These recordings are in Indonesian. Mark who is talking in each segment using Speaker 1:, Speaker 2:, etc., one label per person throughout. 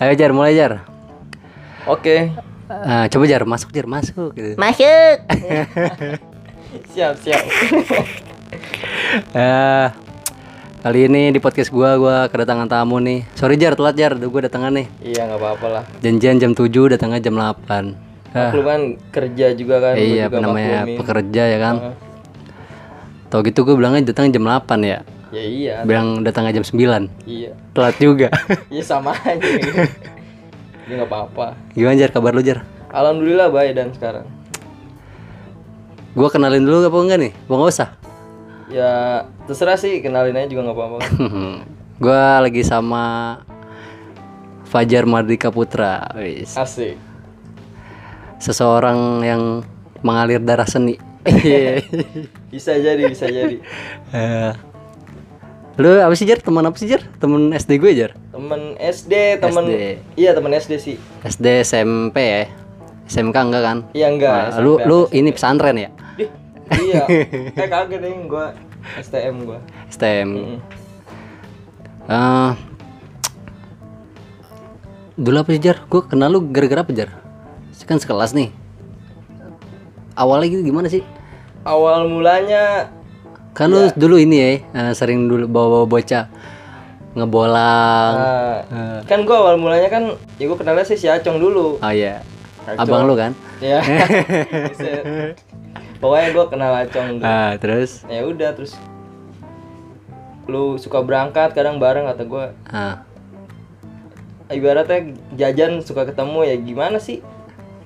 Speaker 1: Ayo Jar, mulai Jar.
Speaker 2: Oke,
Speaker 1: Eh, coba Jar, masuk Jar, masuk gitu.
Speaker 2: masuk. siap siap.
Speaker 1: Eh, kali ini di podcast gua gua kedatangan tamu nih. Sorry Jar, telat Jar, Duh, gua datangan nih.
Speaker 2: iya nggak apa-apa lah.
Speaker 1: Janjian jam 7, datangnya jam 8. Ah,
Speaker 2: Lu kan kerja juga kan. gua
Speaker 1: iya,
Speaker 2: juga
Speaker 1: namanya
Speaker 2: maklumin.
Speaker 1: pekerja ya kan.
Speaker 2: Heeh.
Speaker 1: Tau gitu gua bilangnya datang jam 8 ya.
Speaker 2: Ya iya,
Speaker 1: Bilang datangnya jam 9.
Speaker 2: iya,
Speaker 1: Telat juga.
Speaker 2: iya sama aja. ya nggak apa-apa.
Speaker 1: Gimana Jar, kabar lu Jar?
Speaker 2: Alhamdulillah baik dan sekarang.
Speaker 1: Gua kenalin dulu apa enggak nih? Gua nggak usah.
Speaker 2: Ya terserah sih kenalin aja juga nggak apa-apa.
Speaker 1: gua lagi sama Fajar Mardika Putra. Wis.
Speaker 2: Asik.
Speaker 1: seseorang yang mengalir darah seni. Iya.
Speaker 2: Bisa jadi, bisa jadi.
Speaker 1: Eh, lu apa sih Jar? Teman apa sih Jar? Teman SD gue Jar?
Speaker 2: Temen SD, temen
Speaker 1: SD.
Speaker 2: iya temen SD sih.
Speaker 1: SD SMP ya? SMK enggak kan?
Speaker 2: Iya enggak.
Speaker 1: Nah, lu lu ini pesantren ya?
Speaker 2: Dih, iya. Eh kaget nih gua STM gua.
Speaker 1: STM.
Speaker 2: Mm.
Speaker 1: Eh, dulu apa sih Jar? Gue kenal lu gara-gara apa Jar? Kan sekelas nih. Awalnya gitu gimana sih?
Speaker 2: Awal mulanya
Speaker 1: Kan
Speaker 2: Iya.
Speaker 1: lu dulu ini ya, eh, sering dulu bawa-bawa bocah ngebolang.
Speaker 2: eh, kan gua awal mulanya kan ya gua kenalnya sih si Acong dulu.
Speaker 1: Oh iya.
Speaker 2: Kacau.
Speaker 1: Abang lu kan?
Speaker 2: Ya. Buset. Pokoknya gua kenal Acong dulu.
Speaker 1: Ah, terus
Speaker 2: Ya udah terus lu suka berangkat kadang bareng kata gua.
Speaker 1: ah,
Speaker 2: Ibaratnya jajan suka ketemu ya gimana sih?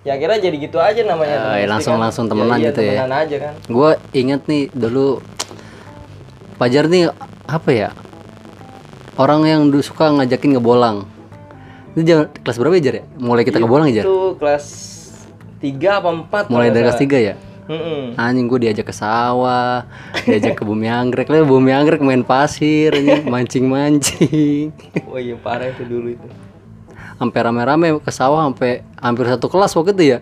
Speaker 2: Ya akhirnya jadi gitu aja namanya. temen
Speaker 1: Eh,
Speaker 2: SD
Speaker 1: langsung- langsung temenan
Speaker 2: iya,
Speaker 1: gitu ya.
Speaker 2: temenan aja kan.
Speaker 1: gue inget nih dulu Pajar nih apa ya? Orang yang dulu suka ngajakin ngebolang. Itu jangan kelas berapa ya, Jar ya? Mulai kita
Speaker 2: Iya.
Speaker 1: ngebolang ya, Jar?
Speaker 2: Itu kelas 3 apa 4
Speaker 1: Mulai dari
Speaker 2: Iya.
Speaker 1: kelas 3 ya?
Speaker 2: Heeh.
Speaker 1: Anjing gue diajak ke sawah, diajak ke bumi anggrek. Lah bumi anggrek main pasir, anjing, mancing-mancing.
Speaker 2: Oh iya parah itu dulu itu.
Speaker 1: Sampai rame-rame ke sawah sampai hampir satu kelas waktu itu ya.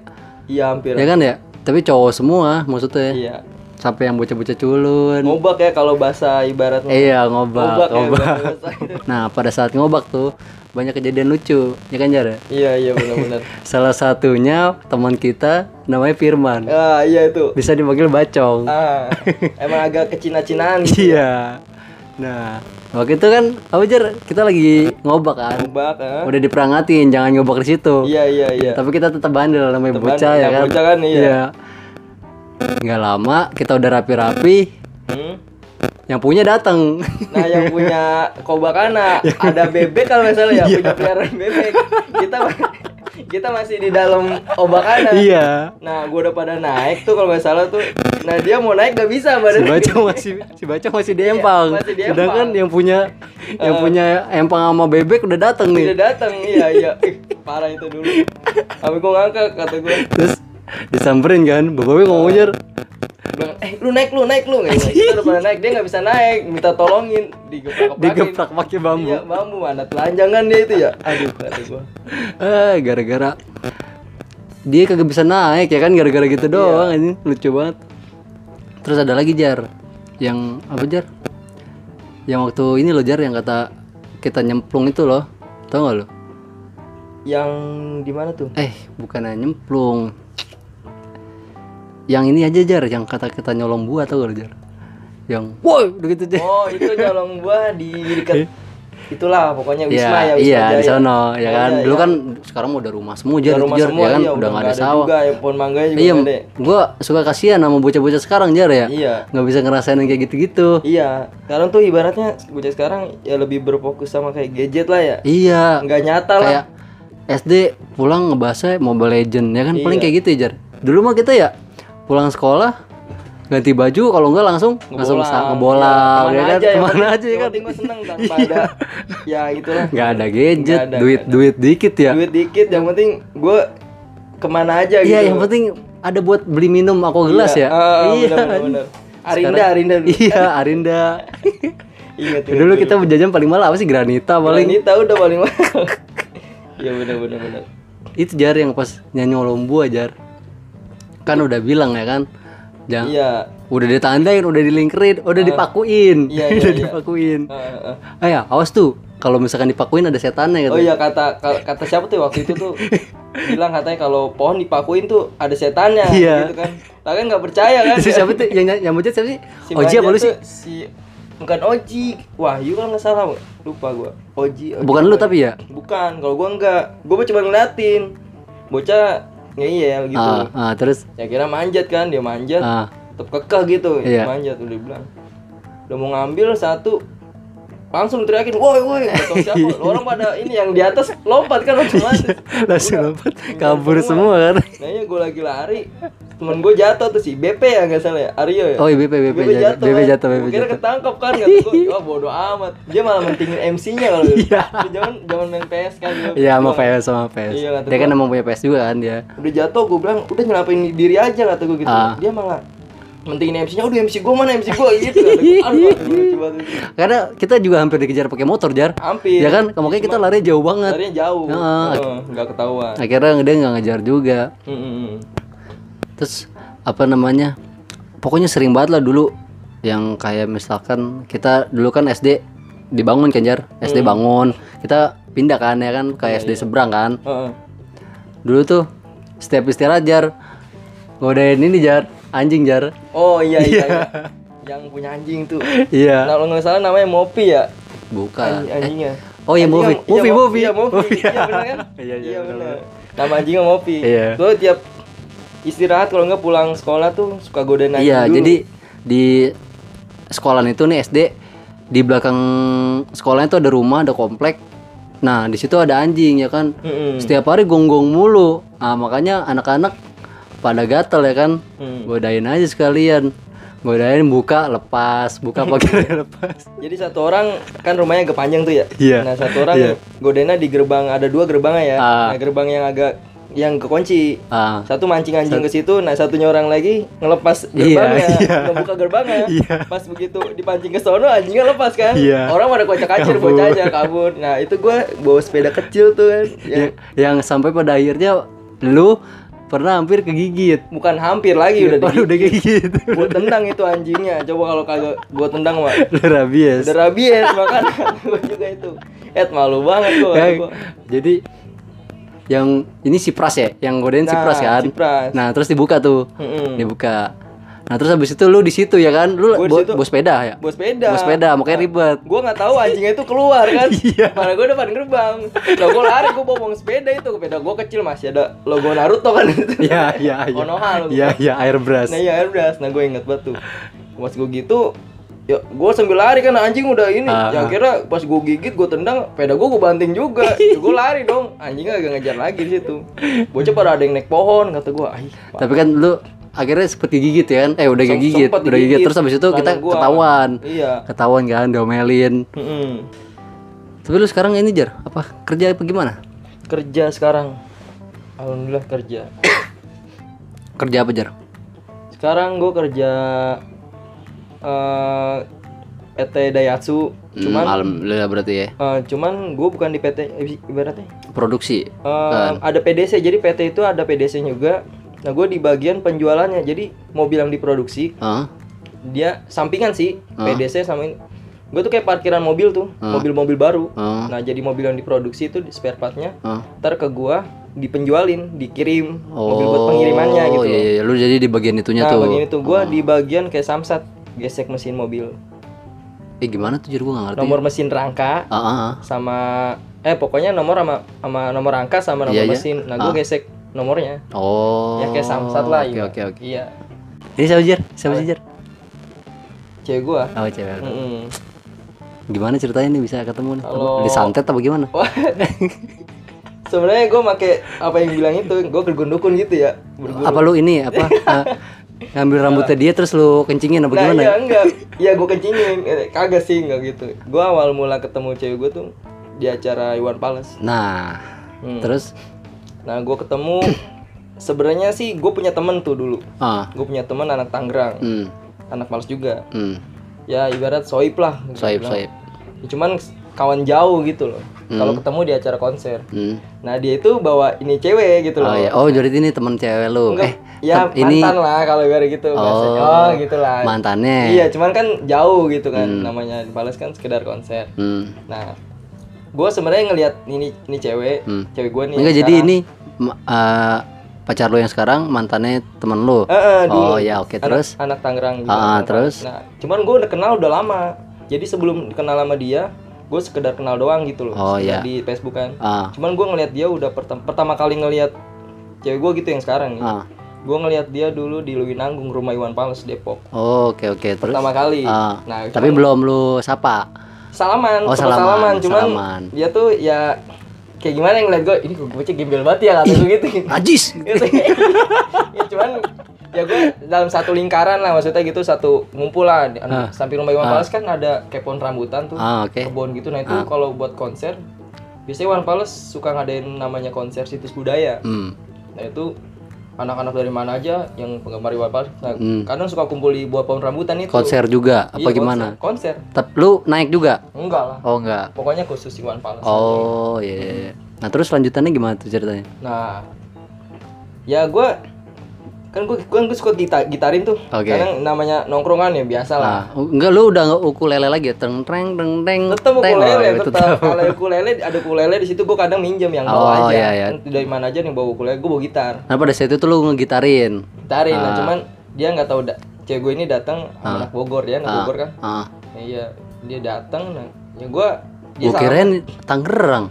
Speaker 2: Iya hampir.
Speaker 1: Ya kan ya? Tapi cowok semua maksudnya.
Speaker 2: Iya.
Speaker 1: Sampai yang bocah-bocah culun.
Speaker 2: Ngobak ya kalau bahasa ibaratnya.
Speaker 1: Iya ngobak,
Speaker 2: Ngobak ya,
Speaker 1: ngobak.
Speaker 2: bahasa itu.
Speaker 1: Nah pada saat ngobak tuh banyak kejadian lucu, ya kan Jar?
Speaker 2: Iya iya benar-benar.
Speaker 1: Salah satunya teman kita namanya Firman,
Speaker 2: ah iya itu.
Speaker 1: bisa dipanggil Bacong.
Speaker 2: Ah, emang agak kecina-cinaan gitu.
Speaker 1: Iya. Nah waktu itu kan, apa Jar? Kita lagi ngobak kan,
Speaker 2: Ngobak ah.
Speaker 1: udah diperangatin jangan ngobak di situ.
Speaker 2: Iya iya iya.
Speaker 1: Tapi kita tetap bandel namanya bocah
Speaker 2: bandel,
Speaker 1: ya kan.
Speaker 2: bocah kan, iya.
Speaker 1: Nggak lama kita udah rapi-rapi,
Speaker 2: Hmm.
Speaker 1: yang punya datang.
Speaker 2: Nah yang punya kobakana ada bebek kalau nggak salah ya punya peliharaan bebek. Kita ma- kita masih di dalam obakana.
Speaker 1: iya.
Speaker 2: Nah, gua udah pada naik tuh kalau nggak salah tuh. Nah, dia mau naik nggak bisa
Speaker 1: si
Speaker 2: badannya.
Speaker 1: bacong masih si bacong masih di empang.
Speaker 2: Iya, masih di
Speaker 1: Sedangkan yang punya yang punya empang sama bebek udah dateng nih.
Speaker 2: Udah datang, iya iya. Ih, parah itu dulu. Tapi gua ngangkat kata gua,
Speaker 1: Terus disamperin kan, bapaknya ngomong jar.
Speaker 2: bilang, "Eh, lu naik lu, naik lu." Kayak gitu. Kita udah pada naik, dia nggak bisa naik, minta tolongin, digeprak
Speaker 1: digeprak pakai bambu.
Speaker 2: Iya, bambu mana telanjangan dia itu ya. Aduh, kata gua.
Speaker 1: Eh, gara-gara dia kagak bisa naik ya kan gara-gara gitu
Speaker 2: Iya.
Speaker 1: doang anjing lucu banget. Terus ada lagi jar yang apa jar? Yang waktu ini loh jar yang kata kita nyemplung itu loh. Tahu nggak lo?
Speaker 2: Yang di mana tuh?
Speaker 1: Eh, bukannya nyemplung. Yang ini aja jar, yang kata kita nyolong buah atau gak jar? Yang, woi, udah gitu jar.
Speaker 2: Oh, itu nyolong gua di dekat itulah pokoknya
Speaker 1: Eh. Iya,
Speaker 2: Wisma ya, Wisma
Speaker 1: iya di
Speaker 2: Jaya.
Speaker 1: sono, ya kan.
Speaker 2: iya,
Speaker 1: Dulu kan sekarang udah rumah semua
Speaker 2: Udah
Speaker 1: jar, itu,
Speaker 2: rumah
Speaker 1: jar,
Speaker 2: semua
Speaker 1: ya kan,
Speaker 2: iya,
Speaker 1: udah nggak ada sawah.
Speaker 2: juga, ya, pohon mangga juga
Speaker 1: Iya,
Speaker 2: nggak ada.
Speaker 1: gua suka kasihan sama bocah-bocah sekarang jar ya.
Speaker 2: Iya.
Speaker 1: Nggak bisa ngerasain yang kayak gitu-gitu.
Speaker 2: Iya, sekarang tuh ibaratnya bocah sekarang ya lebih berfokus sama kayak gadget lah ya.
Speaker 1: Iya,
Speaker 2: Nggak nyata lah.
Speaker 1: kayak SD pulang ngebahasnya Mobile Legend ya kan paling
Speaker 2: Iya.
Speaker 1: kayak gitu ya jar. Dulu mah kita ya pulang sekolah ganti baju kalau enggak langsung langsung sa- ngebolang
Speaker 2: Iya, Kemana
Speaker 1: ya kan
Speaker 2: aja ya,
Speaker 1: kemana aja ya
Speaker 2: yang
Speaker 1: kan
Speaker 2: penting gua seneng tanpa ada ya itulah.
Speaker 1: nggak ada gadget
Speaker 2: Nggak ada,
Speaker 1: duit duit dikit ya
Speaker 2: Duit dikit yang penting gua kemana aja gitu.
Speaker 1: iya yang penting ada buat beli minum aku gelas ya
Speaker 2: iya. benar Arinda, Arinda Iya, dulu.
Speaker 1: iya Arinda
Speaker 2: Ingat ingat.
Speaker 1: dulu kita jajan paling mahal apa sih granita paling
Speaker 2: Ini tahu udah paling mahal. Iya benar benar benar.
Speaker 1: itu jar yang pas nyanyi lombu jar kan udah bilang ya kan jangan
Speaker 2: Iya.
Speaker 1: udah ditandain udah dilingkerin udah dipakuin
Speaker 2: Ah. Iya, iya,
Speaker 1: udah
Speaker 2: iya.
Speaker 1: dipakuin
Speaker 2: Heeh, heeh.
Speaker 1: Ah ya, awas tuh. kalau misalkan dipakuin ada setannya gitu.
Speaker 2: Oh iya kata ka- kata siapa tuh waktu itu tuh bilang katanya kalau pohon dipakuin tuh ada setannya
Speaker 1: Iya.
Speaker 2: gitu kan. Lah kan nggak percaya kan.
Speaker 1: Si siapa tuh yang yang mujud siapa sih?
Speaker 2: Si
Speaker 1: Oji apa
Speaker 2: Banjar
Speaker 1: lu sih?
Speaker 2: tuh Si bukan Oji. Wahyu kalau nggak salah lupa gua. Oji. Oji
Speaker 1: Bukan lu
Speaker 2: Wahyu.
Speaker 1: tapi ya.
Speaker 2: Bukan, kalau gua enggak. Gua mah cuma ngeliatin. Bocah ngeyel gitu.
Speaker 1: Ah, ah, terus
Speaker 2: Ya kira manjat kan, dia manjat.
Speaker 1: ah,
Speaker 2: Tetep kekeh gitu,
Speaker 1: Iya.
Speaker 2: manjat udah bilang. Udah mau ngambil satu langsung teriakin, woi woi, Nggak tahu siapa. Lu orang pada ini yang di atas lompat kan otomatis.
Speaker 1: langsung
Speaker 2: Udah.
Speaker 1: lompat kabur semua kan.
Speaker 2: Nah, iya gue lagi lari, temen gue jatuh tuh si BP ya nggak salah ya, Aryo ya.
Speaker 1: Oh iya BP BP jatuh BP
Speaker 2: kan.
Speaker 1: jatuh BP
Speaker 2: Gua kira
Speaker 1: jatuh.
Speaker 2: ketangkep kan kata gue, wah bodo amat. Dia malah mentingin MC-nya kalau gitu.
Speaker 1: Iya.
Speaker 2: Dia Jangan jangan main PS kan. dia.
Speaker 1: Iya sama
Speaker 2: Gua-
Speaker 1: PS sama PS.
Speaker 2: Iya, kata
Speaker 1: Dia kan
Speaker 2: gua.
Speaker 1: emang punya PS juga kan dia.
Speaker 2: Udah jatuh gue bilang, udah nyelapain diri aja kata gue gitu.
Speaker 1: Ah.
Speaker 2: Dia malah mentingin MC-nya, udah MC gue mana MC gue gitu. Kata gue, aduh, aduh, coba tuh.
Speaker 1: Karena kita juga hampir dikejar pakai motor jar.
Speaker 2: Hampir.
Speaker 1: Ya kan,
Speaker 2: iya,
Speaker 1: makanya kita lari jauh banget.
Speaker 2: Larinya jauh,
Speaker 1: Heeh.
Speaker 2: Heeh, nggak ketahuan.
Speaker 1: Akhirnya dia nggak ngejar juga.
Speaker 2: Hmm, hmm, hmm.
Speaker 1: Terus apa namanya? Pokoknya sering banget lah dulu yang kayak misalkan kita dulu kan SD dibangun kan jar, SD
Speaker 2: Hmm.
Speaker 1: bangun. Kita pindah kan ya kan ke
Speaker 2: Iya,
Speaker 1: SD seberang kan.
Speaker 2: Heeh.
Speaker 1: Dulu tuh setiap istirahat jar godain ini jar, anjing jar.
Speaker 2: Oh iya iya. iya. Yang punya anjing tuh.
Speaker 1: Iya.
Speaker 2: Nah, kalau nggak salah namanya Mopi ya.
Speaker 1: Bukan.
Speaker 2: Anjing- anjingnya.
Speaker 1: Nah, Oh iya, Mopi.
Speaker 2: Anjingnya-
Speaker 1: Mopi,
Speaker 2: iya,
Speaker 1: Mopi.
Speaker 2: Iya, Mopi.
Speaker 1: Mopi.
Speaker 2: Iya, bener kan?
Speaker 1: Iya, iya, bener,
Speaker 2: bener. Nama anjingnya Mopi.
Speaker 1: Iya.
Speaker 2: Gua tiap istirahat kalau nggak pulang sekolah tuh suka godain anjing
Speaker 1: Iya,
Speaker 2: dulu.
Speaker 1: jadi di sekolahan itu nih SD di belakang sekolahnya itu ada rumah, ada komplek. Nah, di situ ada anjing ya kan.
Speaker 2: Mm-mm.
Speaker 1: Setiap hari gonggong mulu. Ah, makanya anak-anak pada gatel ya kan.
Speaker 2: Mm.
Speaker 1: Godain aja sekalian. Godain buka lepas, buka pakai lepas.
Speaker 2: Jadi satu orang kan rumahnya agak panjang tuh ya.
Speaker 1: Iya.
Speaker 2: Nah, satu orang
Speaker 1: Iya.
Speaker 2: godainnya di gerbang ada dua gerbangnya ya.
Speaker 1: Ah.
Speaker 2: Nah, gerbang yang agak yang kekunci.
Speaker 1: Ah,
Speaker 2: Satu mancing anjing ke situ, nah satunya orang lagi ngelepas
Speaker 1: Iya,
Speaker 2: gerbangnya, ngebuka gerbangnya. Pas begitu dipancing ke sono anjingnya lepas kan.
Speaker 1: Iya.
Speaker 2: Orang pada kocak-kacir
Speaker 1: Kabur.
Speaker 2: bocahnya kabur. Nah, itu gua bawa sepeda kecil tuh kan. Ya,
Speaker 1: ya- yang sampai pada akhirnya lu pernah hampir kegigit.
Speaker 2: bukan hampir lagi udah
Speaker 1: Waduh,
Speaker 2: di
Speaker 1: udah gitu. kegigit.
Speaker 2: gua tendang itu anjingnya. Coba kalau kagak gua tendang mah
Speaker 1: Lu rabies.
Speaker 2: udah rabies makanya gua juga itu. Ed malu banget gua.
Speaker 1: Ya,
Speaker 2: gua.
Speaker 1: jadi yang ini si Pras ya, yang godain si
Speaker 2: Nah,
Speaker 1: Pras kan.
Speaker 2: si Pras.
Speaker 1: Nah, terus dibuka tuh.
Speaker 2: Mm-mm.
Speaker 1: Dibuka. Nah, terus habis itu lu di situ ya kan? Lu
Speaker 2: Gua di
Speaker 1: bawa
Speaker 2: situ.
Speaker 1: bawa sepeda ya?
Speaker 2: Bawa sepeda.
Speaker 1: Bawa sepeda, makanya ribet.
Speaker 2: Gue nggak tahu anjingnya itu keluar kan.
Speaker 1: Iya.
Speaker 2: Mana gue depan gerbang. Lah gue lari, gue bawa bawa sepeda itu. Sepeda gue kecil masih ada logo Naruto kan.
Speaker 1: Iya, iya, iya.
Speaker 2: Konoha logo.
Speaker 1: Iya, iya, air beras.
Speaker 2: Nah iya airbrush. Nah gue inget banget tuh. Pas gue gitu, ya gue sambil lari kan anjing udah ini.
Speaker 1: Ah.
Speaker 2: Ya kira pas gue gigit, gue tendang, sepeda gue gue banting juga. gue lari dong. Anjingnya agak ngejar lagi di situ. Bocah pada ada yang naik pohon kata gue. Ah,
Speaker 1: Tapi kan lu akhirnya seperti gigit ya kan? Eh, udah gak
Speaker 2: Sem-
Speaker 1: gigit,
Speaker 2: sempet
Speaker 1: udah gigit.
Speaker 2: digigit.
Speaker 1: Terus habis itu kita
Speaker 2: Tangan gua.
Speaker 1: ketahuan.
Speaker 2: Iya.
Speaker 1: Ketahuan kan, diomelin.
Speaker 2: Mm-mm.
Speaker 1: Tapi lu sekarang ini jar, apa kerja apa gimana?
Speaker 2: Kerja sekarang. Alhamdulillah kerja.
Speaker 1: Kerja apa jar?
Speaker 2: Sekarang gue kerja eh PT Daihatsu,
Speaker 1: Cuman,
Speaker 2: cuman
Speaker 1: Hmm, alhamdulillah berarti ya.
Speaker 2: eh, cuman gue bukan di PT eh, ibaratnya
Speaker 1: Produksi.
Speaker 2: eh, ada PDC jadi PT itu ada PDC juga. Nah gue di bagian penjualannya jadi mobil yang diproduksi
Speaker 1: Hah?
Speaker 2: dia sampingan sih PDC sama gue tuh kayak parkiran mobil tuh mobil-mobil baru.
Speaker 1: Hah?
Speaker 2: Nah jadi mobil yang diproduksi itu di spare partnya
Speaker 1: Hah?
Speaker 2: ntar ke gua dipenjualin dikirim mobil buat pengirimannya gitu.
Speaker 1: Iya, iya, iya. lu jadi di bagian itunya
Speaker 2: Nah
Speaker 1: tuh. Hmm.
Speaker 2: bagian itu gue di bagian kayak samsat gesek mesin mobil.
Speaker 1: Eh gimana tuh jadi gua nggak ngerti.
Speaker 2: nomor mesin rangka
Speaker 1: Ah, ah, ah.
Speaker 2: sama eh pokoknya nomor sama sama nomor rangka sama nomor
Speaker 1: Iya, iya.
Speaker 2: mesin. Nah, gue gesek nomornya.
Speaker 1: Oh.
Speaker 2: ya kayak samsat lah.
Speaker 1: Oke,
Speaker 2: iya.
Speaker 1: oke, oke.
Speaker 2: Iya.
Speaker 1: Ini siapa Jer? Siapa sih Jer?
Speaker 2: Cewek gua.
Speaker 1: Oh, cewek.
Speaker 2: Mm-mm.
Speaker 1: Gimana ceritanya nih bisa ketemu nih?
Speaker 2: Kalau-
Speaker 1: Disantet apa gimana?
Speaker 2: Wah. Sebenarnya gue make apa yang bilang itu, gue bergundukun gitu ya. Bergundukun.
Speaker 1: Apa lu ini apa eh, ngambil rambutnya dia terus lu kencingin apa
Speaker 2: Nah,
Speaker 1: gimana?
Speaker 2: iya enggak. Iya, gue kencingin. Eh, Kagak sih enggak gitu. Gue awal mula ketemu cewek gue tuh di acara Iwan Palace.
Speaker 1: Nah.
Speaker 2: Hmm.
Speaker 1: Terus
Speaker 2: Nah, gue ketemu sebenarnya sih gue punya temen tuh dulu.
Speaker 1: ah.
Speaker 2: Gue punya temen anak Tangerang,
Speaker 1: Hmm.
Speaker 2: anak Palace juga.
Speaker 1: Hmm.
Speaker 2: ya ibarat soib lah gitu
Speaker 1: Soib,
Speaker 2: bilang.
Speaker 1: soib.
Speaker 2: Ya, cuman kawan jauh gitu loh kalau ketemu di acara konser
Speaker 1: Hmm.
Speaker 2: nah dia itu bawa ini cewek gitu
Speaker 1: Oh
Speaker 2: loh
Speaker 1: iya. Oh, jadi ini teman cewek lu.
Speaker 2: Enggak,
Speaker 1: Eh,
Speaker 2: ya
Speaker 1: tem- ini
Speaker 2: mantan lah kalau ibarat gitu bahasanya. oh gitu lah
Speaker 1: mantannya.
Speaker 2: iya cuman kan jauh gitu kan namanya di Palace kan sekedar konser
Speaker 1: Hmm.
Speaker 2: nah gue sebenarnya ngelihat ini ini cewek
Speaker 1: Hmm.
Speaker 2: cewek gue nih
Speaker 1: Enggak
Speaker 2: yang
Speaker 1: jadi
Speaker 2: sekarang.
Speaker 1: ini ma- eh, pacar lo yang sekarang mantannya temen lo.
Speaker 2: Eh, eh, dulu.
Speaker 1: oh ya oke
Speaker 2: Anak-
Speaker 1: terus.
Speaker 2: anak Tangerang
Speaker 1: Ah,
Speaker 2: juga.
Speaker 1: ah,
Speaker 2: Anak-
Speaker 1: terus?
Speaker 2: Nah, cuman gue udah kenal udah lama. Jadi sebelum kenal sama dia, gue sekedar kenal doang gitu loh.
Speaker 1: Oh, iya.
Speaker 2: sekedar Di Facebook kan.
Speaker 1: Ah,
Speaker 2: Cuman gue ngelihat dia udah pertam- pertama kali ngelihat cewek gue gitu yang sekarang nih.
Speaker 1: ah.
Speaker 2: Gue ngelihat dia dulu di Lewinanggung rumah Iwan Pales Depok.
Speaker 1: Oh, oke oke terus.
Speaker 2: Pertama kali.
Speaker 1: Ah,
Speaker 2: Nah,
Speaker 1: tapi belum
Speaker 2: cuman
Speaker 1: lu sapa. Oh,
Speaker 2: salaman, tetep
Speaker 1: salaman,
Speaker 2: Cuman
Speaker 1: salaman.
Speaker 2: dia tuh ya kayak gimana yang ngeliat gue, ini gue bocah gembel banget ya kata gue gitu.
Speaker 1: Najis.
Speaker 2: Gitu. ya cuman ya gue dalam satu lingkaran lah maksudnya gitu satu ngumpul lah Di- anu, samping rumah Iwan Fals kan ada kepon rambutan tuh
Speaker 1: Ah, oke.
Speaker 2: kebon gitu nah itu kalau buat konser biasanya Iwan Fals suka ngadain namanya konser situs budaya
Speaker 1: Hmm.
Speaker 2: nah itu anak-anak dari mana aja yang penggemar Iwan Fals nah, kadang suka kumpul di buah pohon rambutan itu
Speaker 1: Hmm. Konser juga apa
Speaker 2: Iya, konser-
Speaker 1: gimana?
Speaker 2: konser
Speaker 1: Tapi lu naik juga?
Speaker 2: enggak lah
Speaker 1: Oh enggak.
Speaker 2: pokoknya khusus Iwan Fals
Speaker 1: Oh iya. iya, iya. Nah terus lanjutannya gimana tuh ceritanya?
Speaker 2: Nah, ya gue kan gue gue suka gita- gitarin tuh.
Speaker 1: Oke.
Speaker 2: Kadang namanya nongkrongan ya biasa lah.
Speaker 1: Nah, enggak lu udah nggak ukulele lagi ya? Teng teng teng teng.
Speaker 2: Tetep
Speaker 1: teng.
Speaker 2: ukulele,
Speaker 1: Oh,
Speaker 2: tetep. Kalau ukulele ada ukulele di situ gue kadang minjem yang
Speaker 1: Oh,
Speaker 2: bawa aja.
Speaker 1: iya, iya.
Speaker 2: Dari mana aja yang bawa ukulele, gue bawa gitar.
Speaker 1: Nah pada saat itu lu ngegitarin.
Speaker 2: Gitarin,
Speaker 1: Ah.
Speaker 2: nah, cuman dia nggak tahu da- cewek gue ini datang sama anak Bogor dia anak Bogor kan.
Speaker 1: Ah.
Speaker 2: Iya, dia datang nah, ya gue dia
Speaker 1: Gua
Speaker 2: salah-
Speaker 1: kirain Tangerang.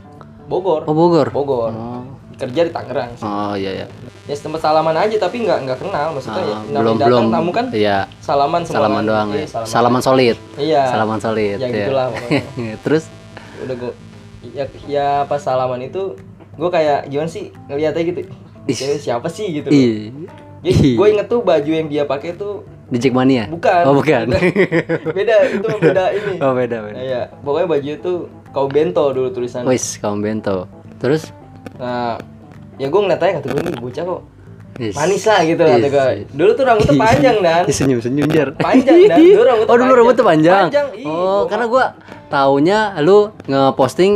Speaker 2: Bogor.
Speaker 1: Oh Bogor.
Speaker 2: Bogor.
Speaker 1: Oh.
Speaker 2: Kerja di Tangerang.
Speaker 1: Oh iya ya.
Speaker 2: Ya tempat salaman aja tapi nggak nggak kenal maksudnya ya. namanya
Speaker 1: Ah, belum
Speaker 2: datang
Speaker 1: belum.
Speaker 2: tamu kan
Speaker 1: Iya.
Speaker 2: salaman semua
Speaker 1: Salaman
Speaker 2: kan.
Speaker 1: doang
Speaker 2: Iya,
Speaker 1: ya.
Speaker 2: salaman.
Speaker 1: Salaman solid.
Speaker 2: iya
Speaker 1: Salaman solid.
Speaker 2: ya
Speaker 1: ya.
Speaker 2: gitulah pokoknya.
Speaker 1: terus
Speaker 2: udah gue ya, ya pas salaman itu gue kayak gimana sih ngeliatnya gitu
Speaker 1: Ih.
Speaker 2: cewek siapa sih gitu loh.
Speaker 1: ih
Speaker 2: jadi gue inget tuh baju yang dia pakai tuh
Speaker 1: di Jackmania.
Speaker 2: bukan
Speaker 1: Oh bukan.
Speaker 2: beda itu mah beda ini
Speaker 1: oh beda beda.
Speaker 2: Nah, ya pokoknya baju itu kau bento dulu tulisannya
Speaker 1: Wis kaum bento. Terus
Speaker 2: nah ya gue ngeliatnya kata gue nih bocah kok
Speaker 1: Is.
Speaker 2: manis lah gitu kata
Speaker 1: Is.
Speaker 2: gue dulu tuh rambutnya panjang dan
Speaker 1: senyum senyum jar.
Speaker 2: Panjang, Dan. Dulu rambutnya
Speaker 1: oh dulu
Speaker 2: panjang.
Speaker 1: rambutnya panjang.
Speaker 2: Panjang, ih,
Speaker 1: oh
Speaker 2: gua-
Speaker 1: karena gua taunya lu ngeposting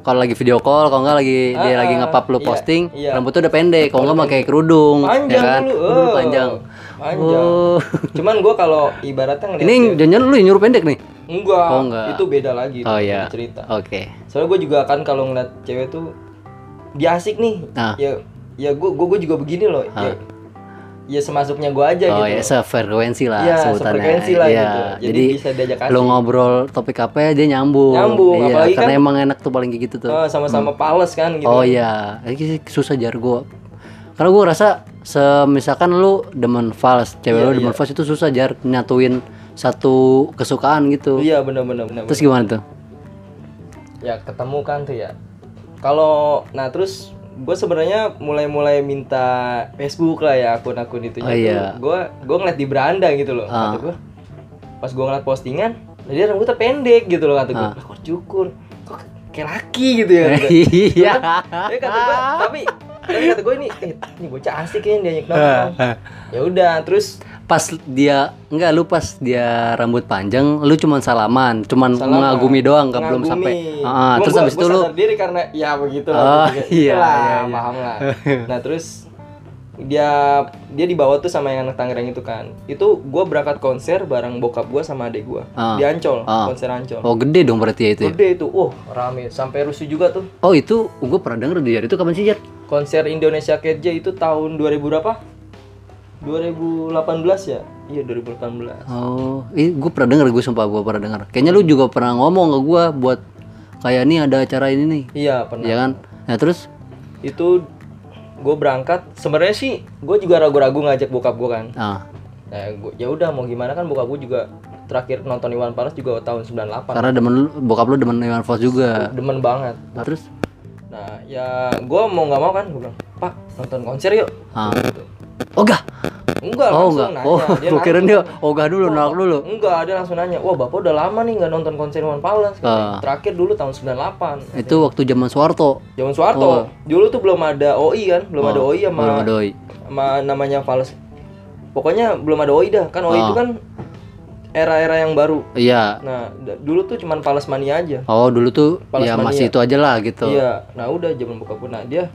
Speaker 1: kalau lagi video call, kalau nggak lagi dia
Speaker 2: Ah,
Speaker 1: lagi ngepap lu
Speaker 2: iya,
Speaker 1: posting,
Speaker 2: iya.
Speaker 1: rambutnya udah pendek, kalau nggak pakai kerudung,
Speaker 2: panjang
Speaker 1: ya kan?
Speaker 2: dulu
Speaker 1: Oh, dulu
Speaker 2: eh.
Speaker 1: panjang.
Speaker 2: panjang
Speaker 1: Oh.
Speaker 2: cuman gue kalau ibaratnya ngeliat
Speaker 1: Ini
Speaker 2: cewek-
Speaker 1: jangan lu yang nyuruh pendek nih?
Speaker 2: Enggak,
Speaker 1: Oh, enggak.
Speaker 2: itu beda lagi
Speaker 1: Oh
Speaker 2: itu
Speaker 1: iya.
Speaker 2: beda Gitu, cerita.
Speaker 1: Oke.
Speaker 2: Soalnya gue juga kan kalau ngeliat cewek tuh dia asik nih.
Speaker 1: Ah.
Speaker 2: Ya ya gue gue juga begini loh. Ya, ya semasuknya gue aja
Speaker 1: Oh
Speaker 2: gitu.
Speaker 1: ya sefrekuensi lah
Speaker 2: Iya,
Speaker 1: sebutannya.
Speaker 2: sefrekuensi lah
Speaker 1: Iya,
Speaker 2: gitu. Jadi
Speaker 1: Jadi,
Speaker 2: bisa diajak
Speaker 1: lu
Speaker 2: asik.
Speaker 1: ngobrol topik apa dia nyambung.
Speaker 2: Nyambung,
Speaker 1: Iya,
Speaker 2: apalagi
Speaker 1: karena
Speaker 2: kan-
Speaker 1: emang enak tuh paling kayak gitu tuh.
Speaker 2: Eh, sama-sama pales kan gitu.
Speaker 1: Oh iya, ini susah jargo. Karena gue ngerasa semisalkan lu demen fals,
Speaker 2: Iya,
Speaker 1: cewek lu demen fals itu susah jar nyatuin satu kesukaan gitu.
Speaker 2: Iya, benar-benar benar.
Speaker 1: Terus gimana tuh?
Speaker 2: Ya ketemu kan tuh ya. Kalau nah terus gue sebenarnya mulai-mulai minta Facebook lah ya akun-akun itu
Speaker 1: Oh, iya. Ah.
Speaker 2: gue gue ngeliat di beranda gitu loh kata gue pas gue ngeliat postingan lah dia rambutnya pendek gitu loh kata gue
Speaker 1: Ah.
Speaker 2: lah kok cukur kok kayak laki gitu ya kata gua.
Speaker 1: Iya.
Speaker 2: Tapi kata gue, tapi tapi kata gue ini, eh, ini bocah asik ya dia nongkrong.
Speaker 1: Ah,
Speaker 2: ya udah, terus
Speaker 1: pas dia enggak lu pas dia rambut panjang lu cuman salaman cuman mengagumi doang nggak belum sampai Ah, terus habis itu lu
Speaker 2: sadar diri karena ya begitu lah.
Speaker 1: Oh,
Speaker 2: begitu
Speaker 1: iya,
Speaker 2: lah,
Speaker 1: iya, iya.
Speaker 2: paham lah. Nah, terus dia dia dibawa tuh sama yang anak Tangerang itu kan. Itu gue berangkat konser bareng bokap gue sama adik gue
Speaker 1: Ah.
Speaker 2: di Ancol,
Speaker 1: Ah.
Speaker 2: konser Ancol.
Speaker 1: oh gede dong berarti ya itu ya?
Speaker 2: Gede itu, wah rame, sampai rusuh juga tuh.
Speaker 1: oh itu gue pernah denger di itu kapan sih Jar?
Speaker 2: konser Indonesia Kerja itu tahun 2000 berapa? 2018 ya? Iya 2018.
Speaker 1: oh ini gue pernah denger gue sumpah gue pernah denger kayaknya lu juga pernah ngomong ke gue buat kayak nih ada acara ini nih
Speaker 2: Iya pernah.
Speaker 1: ya kan nah terus
Speaker 2: Itu gue berangkat. Sebenarnya sih gue juga ragu-ragu ngajak bokap gue kan.
Speaker 1: ah
Speaker 2: Nah, gua- ya udah mau gimana kan bokap gue juga terakhir nonton Iwan Fals juga tahun 98.
Speaker 1: karena demen lu- bokap lu demen Iwan Fals juga
Speaker 2: Demen banget.
Speaker 1: nah, terus
Speaker 2: Nah ya gue mau nggak mau kan gue bilang Pak nonton konser yuk.
Speaker 1: ah ogah
Speaker 2: Enggak
Speaker 1: oh
Speaker 2: langsung
Speaker 1: enggak
Speaker 2: nanya.
Speaker 1: oh
Speaker 2: Dia
Speaker 1: gue
Speaker 2: langsung-
Speaker 1: kira dia ogah dulu nolak dulu
Speaker 2: Enggak, dia langsung nanya, wah bapak udah lama nih nggak nonton konser Iwan Fals. katanya. Terakhir dulu tahun 98.
Speaker 1: Ah, itu waktu zaman Soeharto
Speaker 2: Zaman Soeharto. Dulu tuh belum ada OI kan, belum ada OI sama
Speaker 1: Oh. Belum ada doi.
Speaker 2: sama namanya Fals. Pokoknya belum ada OI dah. Kan OI
Speaker 1: Ah.
Speaker 2: itu kan era-era yang baru.
Speaker 1: Iya.
Speaker 2: Nah, d- dulu tuh cuman Fals mania aja.
Speaker 1: Oh dulu tuh ya
Speaker 2: Palasmania.
Speaker 1: masih itu aja lah gitu.
Speaker 2: Iya. Nah, udah zaman buka pun nah, dia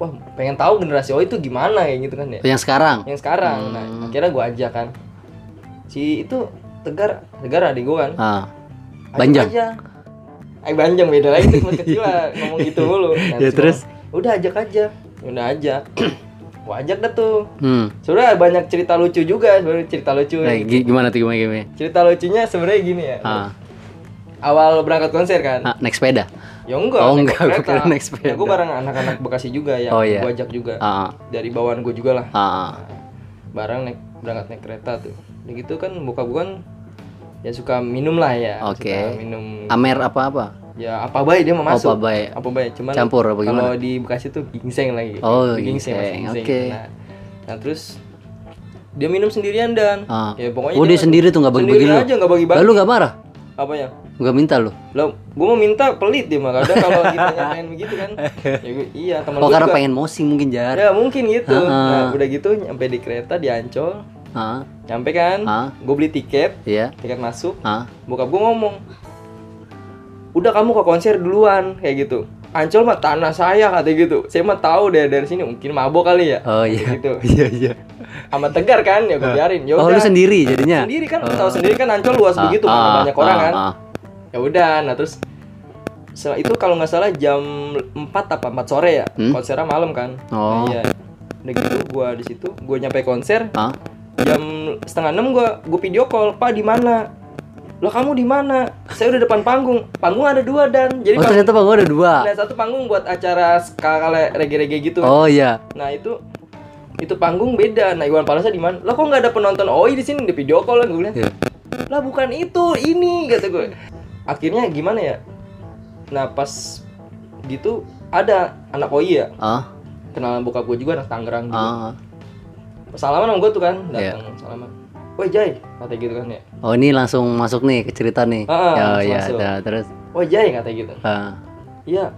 Speaker 2: wah pengen tahu generasi OI itu gimana ya gitu kan ya.
Speaker 1: Yang sekarang.
Speaker 2: Yang sekarang. Nah,
Speaker 1: Hmm.
Speaker 2: akhirnya gua ajak kan. Si itu Tegar, Tegar adik gua kan.
Speaker 1: Ah.
Speaker 2: Ajak
Speaker 1: Banjang.
Speaker 2: aja. Ay banjang beda lagi tuh mas kecil lah ngomong gitu mulu. Nah,
Speaker 1: Ya, terus?
Speaker 2: ngomong, Udah ajak aja. Udah ajak. Gua ajak dah tuh.
Speaker 1: Hmm.
Speaker 2: Sebenarnya banyak cerita lucu juga sebenarnya cerita lucu.
Speaker 1: Nah, gi- gimana tuh gimana gimana?
Speaker 2: Cerita lucunya sebenarnya gini ya.
Speaker 1: Ah,
Speaker 2: Awal berangkat konser kan.
Speaker 1: ah, naik sepeda.
Speaker 2: Ya enggak,
Speaker 1: Oh,
Speaker 2: naik
Speaker 1: enggak, gua
Speaker 2: kereta.
Speaker 1: kira naik sepeda.
Speaker 2: Ya, gua bareng anak-anak Bekasi juga ya,
Speaker 1: Oh, iya.
Speaker 2: gua ajak juga.
Speaker 1: Ah,
Speaker 2: Dari bawaan gua juga lah.
Speaker 1: ah, ah.
Speaker 2: Bareng naik berangkat naik kereta tuh. Udah gitu kan buka bukan ya suka minum lah ya.
Speaker 1: Oke.
Speaker 2: Suka minum
Speaker 1: Amer apa-apa?
Speaker 2: ya apa baik dia mau
Speaker 1: Oh,
Speaker 2: masuk.
Speaker 1: apa baik.
Speaker 2: Apa baik cuman
Speaker 1: Campur apa gimana?
Speaker 2: kalau di Bekasi tuh gingseng lagi.
Speaker 1: Oh,
Speaker 2: Di
Speaker 1: gingseng,
Speaker 2: masih
Speaker 1: oke.
Speaker 2: Nah, nah, terus dia minum sendirian dan
Speaker 1: Ah.
Speaker 2: ya pokoknya
Speaker 1: Oh, dia sendiri tuh nggak bagi-bagi
Speaker 2: sendiri
Speaker 1: lu.
Speaker 2: aja nggak bagi-bagi.
Speaker 1: Lalu nggak marah?
Speaker 2: Apanya?
Speaker 1: Nggak minta lu?
Speaker 2: Lo, gue mau minta pelit dia mah kadang kalau ditanya-tanyain begitu kan. Ya gua, iya teman
Speaker 1: Oh,
Speaker 2: gua
Speaker 1: karena
Speaker 2: juga.
Speaker 1: pengen mosing mungkin jar.
Speaker 2: Ya mungkin gitu.
Speaker 1: Ah.
Speaker 2: Nah, udah gitu nyampe di kereta di Ancol,
Speaker 1: Ah,
Speaker 2: nyampe kan.
Speaker 1: Ah.
Speaker 2: Gue beli tiket,
Speaker 1: iya.
Speaker 2: tiket masuk.
Speaker 1: Ah,
Speaker 2: Bokap gue ngomong, udah kamu ke konser duluan kayak gitu. Ancol mah tanah saya kata gitu. Saya mah tahu dari dari sini mungkin mabok kali ya.
Speaker 1: oh iya.
Speaker 2: Gitu.
Speaker 1: Iya iya.
Speaker 2: Sama tegar kan ya gue biarin. Ya
Speaker 1: Oh, lu
Speaker 2: udah.
Speaker 1: sendiri jadinya.
Speaker 2: Sendiri kan, tahu sendiri kan Ancol luas
Speaker 1: Ah,
Speaker 2: begitu kan
Speaker 1: ah,
Speaker 2: banyak orang
Speaker 1: ah,
Speaker 2: kan.
Speaker 1: ah.
Speaker 2: ya udah nah terus setelah itu kalau nggak salah jam 4 apa 4 sore ya
Speaker 1: Hmm?
Speaker 2: konsernya malam kan
Speaker 1: Oh.
Speaker 2: Nah, iya udah gitu gua di situ gua nyampe konser
Speaker 1: Ah,
Speaker 2: jam setengah enam gua gua video call pak di mana lo kamu di mana saya udah depan panggung panggung ada dua dan jadi
Speaker 1: Oh,
Speaker 2: panggung-
Speaker 1: ternyata bang gua ada dua.
Speaker 2: nah, satu panggung buat acara skala rege-rege gitu
Speaker 1: Oh iya.
Speaker 2: nah itu itu panggung beda nah Iwan Palesnya di mana lo kok nggak ada penonton oi di sini di video call gue bilang
Speaker 1: Iya.
Speaker 2: lah bukan itu ini kata gue akhirnya gimana ya nah pas gitu ada anak OI ya
Speaker 1: Ah,
Speaker 2: kenalan bokap gue juga anak Tangerang juga
Speaker 1: ah. Iya.
Speaker 2: salaman sama gue tuh kan datang salaman woi Jai kata gitu kan ya
Speaker 1: Oh ini langsung masuk nih ke cerita nih.
Speaker 2: Ah,
Speaker 1: oh
Speaker 2: ah, langsung
Speaker 1: iya,
Speaker 2: masuk.
Speaker 1: dah, terus.
Speaker 2: woi Jai kata gitu
Speaker 1: Ah.
Speaker 2: iya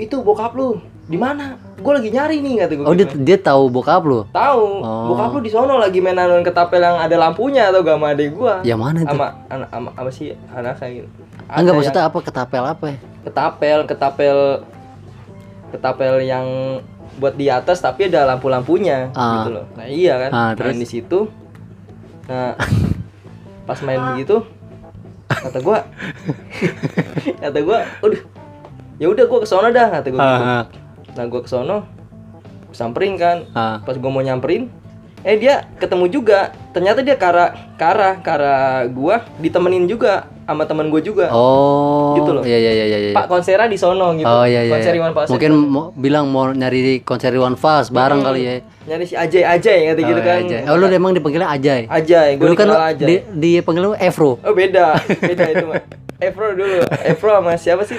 Speaker 2: itu bokap lu di mana gue lagi nyari nih kata gue
Speaker 1: Oh dia
Speaker 2: gitu.
Speaker 1: dia tahu bokap lu?
Speaker 2: tahu
Speaker 1: Oh.
Speaker 2: bokap lu di sono lagi main anon ketapel yang ada lampunya atau gak sama adik gue
Speaker 1: Yang Ya, mana itu?
Speaker 2: sama anak sama, sama si anak kayak gitu
Speaker 1: Ah, Iya. Enggak
Speaker 2: Ada yang-
Speaker 1: maksudnya apa ketapel apa? ya?
Speaker 2: ketapel ketapel ketapel yang buat di atas tapi ada lampu-lampunya
Speaker 1: Ah.
Speaker 2: gitu loh nah iya kan
Speaker 1: Ah,
Speaker 2: terus
Speaker 1: terus?
Speaker 2: di situ nah pas main begitu kata gua kata gua aduh ya udah gua kesana dah kata gua gitu.
Speaker 1: Ah,
Speaker 2: nah gua kesana gua samperin kan
Speaker 1: ah.
Speaker 2: pas gua mau nyamperin eh dia ketemu juga ternyata dia kara kara kara gua ditemenin juga sama teman gua juga
Speaker 1: Oh.
Speaker 2: Iya. Gitu loh.
Speaker 1: Iya iya iya iya. iya.
Speaker 2: Pak konsernya di sono gitu.
Speaker 1: Oh iya iya.
Speaker 2: Konser
Speaker 1: iya.
Speaker 2: Iwan Fals. Hmm.
Speaker 1: Mungkin mau bilang mau nyari konser Iwan Fals bareng kali ya.
Speaker 2: nyari si Ajay Ajay kata gitu
Speaker 1: Oh,
Speaker 2: kan.
Speaker 1: Ajay. Oh lu emang dipanggilnya Ajay.
Speaker 2: Ajay, gue
Speaker 1: Dulu kan
Speaker 2: dikenal
Speaker 1: lu-
Speaker 2: Ajay.
Speaker 1: di, dipanggil lu Evro.
Speaker 2: Oh beda, beda itu mah. Efro dulu, Efro sama siapa sih?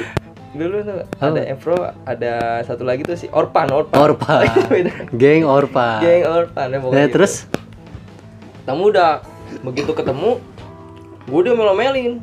Speaker 2: Dulu tuh ada
Speaker 1: Oh.
Speaker 2: Efro, ada satu lagi tuh si Orpan, Orpan.
Speaker 1: Orpa.
Speaker 2: Iya, Beda.
Speaker 1: Geng Orpa.
Speaker 2: Geng Orpan ya pokoknya.
Speaker 1: Oh. Nah,
Speaker 2: gitu.
Speaker 1: terus
Speaker 2: ketemu dah. Begitu ketemu, gue udah melomelin.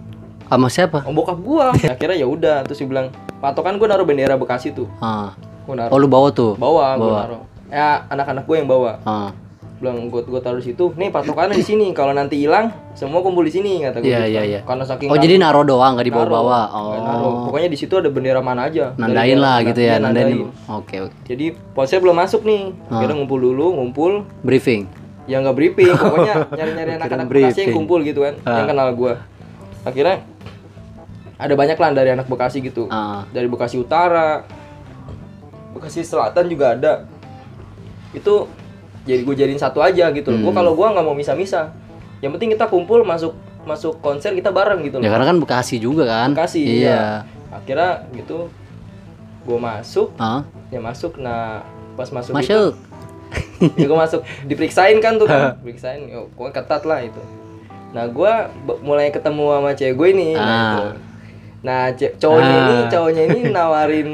Speaker 1: sama siapa?
Speaker 2: Om bokap gua. Akhirnya ya udah, terus dia bilang, "Patokan gua naruh bendera Bekasi tuh."
Speaker 1: Ah.
Speaker 2: Gua naruh.
Speaker 1: Oh lu bawa tuh.
Speaker 2: Bawa, gua
Speaker 1: bawa.
Speaker 2: naruh. Ya, anak-anak gue yang bawa.
Speaker 1: Ah.
Speaker 2: bilang gue gue taruh di situ nih patokannya di sini kalau nanti hilang semua kumpul di sini kata gue
Speaker 1: Iya
Speaker 2: gitu.
Speaker 1: iya iya.
Speaker 2: karena saking
Speaker 1: Oh jadi naro doang nggak
Speaker 2: naruh,
Speaker 1: dibawa-bawa. Oh.
Speaker 2: nggak naruh. pokoknya di situ ada bendera mana aja Dari
Speaker 1: Nandain
Speaker 2: daerah-
Speaker 1: lah gitu ya,
Speaker 2: iya,
Speaker 1: nandain. Ah. Oke oke.
Speaker 2: jadi posnya belum masuk nih akhirnya ngumpul dulu ngumpul
Speaker 1: Briefing.
Speaker 2: ya nggak briefing pokoknya nyari nyari anak anak Bekasi yang
Speaker 1: briefing. Ah.
Speaker 2: kumpul gitu kan yang kenal gue akhirnya ada banyak lah dari anak Bekasi gitu
Speaker 1: Ah.
Speaker 2: dari Bekasi Utara Bekasi Selatan juga ada itu jadi gue jadiin satu aja gitu loh gue
Speaker 1: Hmm.
Speaker 2: kalau gue nggak mau misah-misah yang penting kita kumpul masuk masuk konser kita bareng gitu
Speaker 1: Ya
Speaker 2: loh
Speaker 1: karena kan Bekasi juga kan.
Speaker 2: Bekasi
Speaker 1: Iya.
Speaker 2: ya. akhirnya gitu gue masuk
Speaker 1: Ah.
Speaker 2: ya masuk nah pas masuk itu,
Speaker 1: Masuk.
Speaker 2: ya gue masuk diperiksain kan tuh kan diperiksain yo gue ketat lah itu nah gue be- mulai ketemu sama cewek gue ini nah,
Speaker 1: Ah.
Speaker 2: itu. nah ce- cowoknya ini
Speaker 1: Ah.
Speaker 2: cowoknya ini nawarin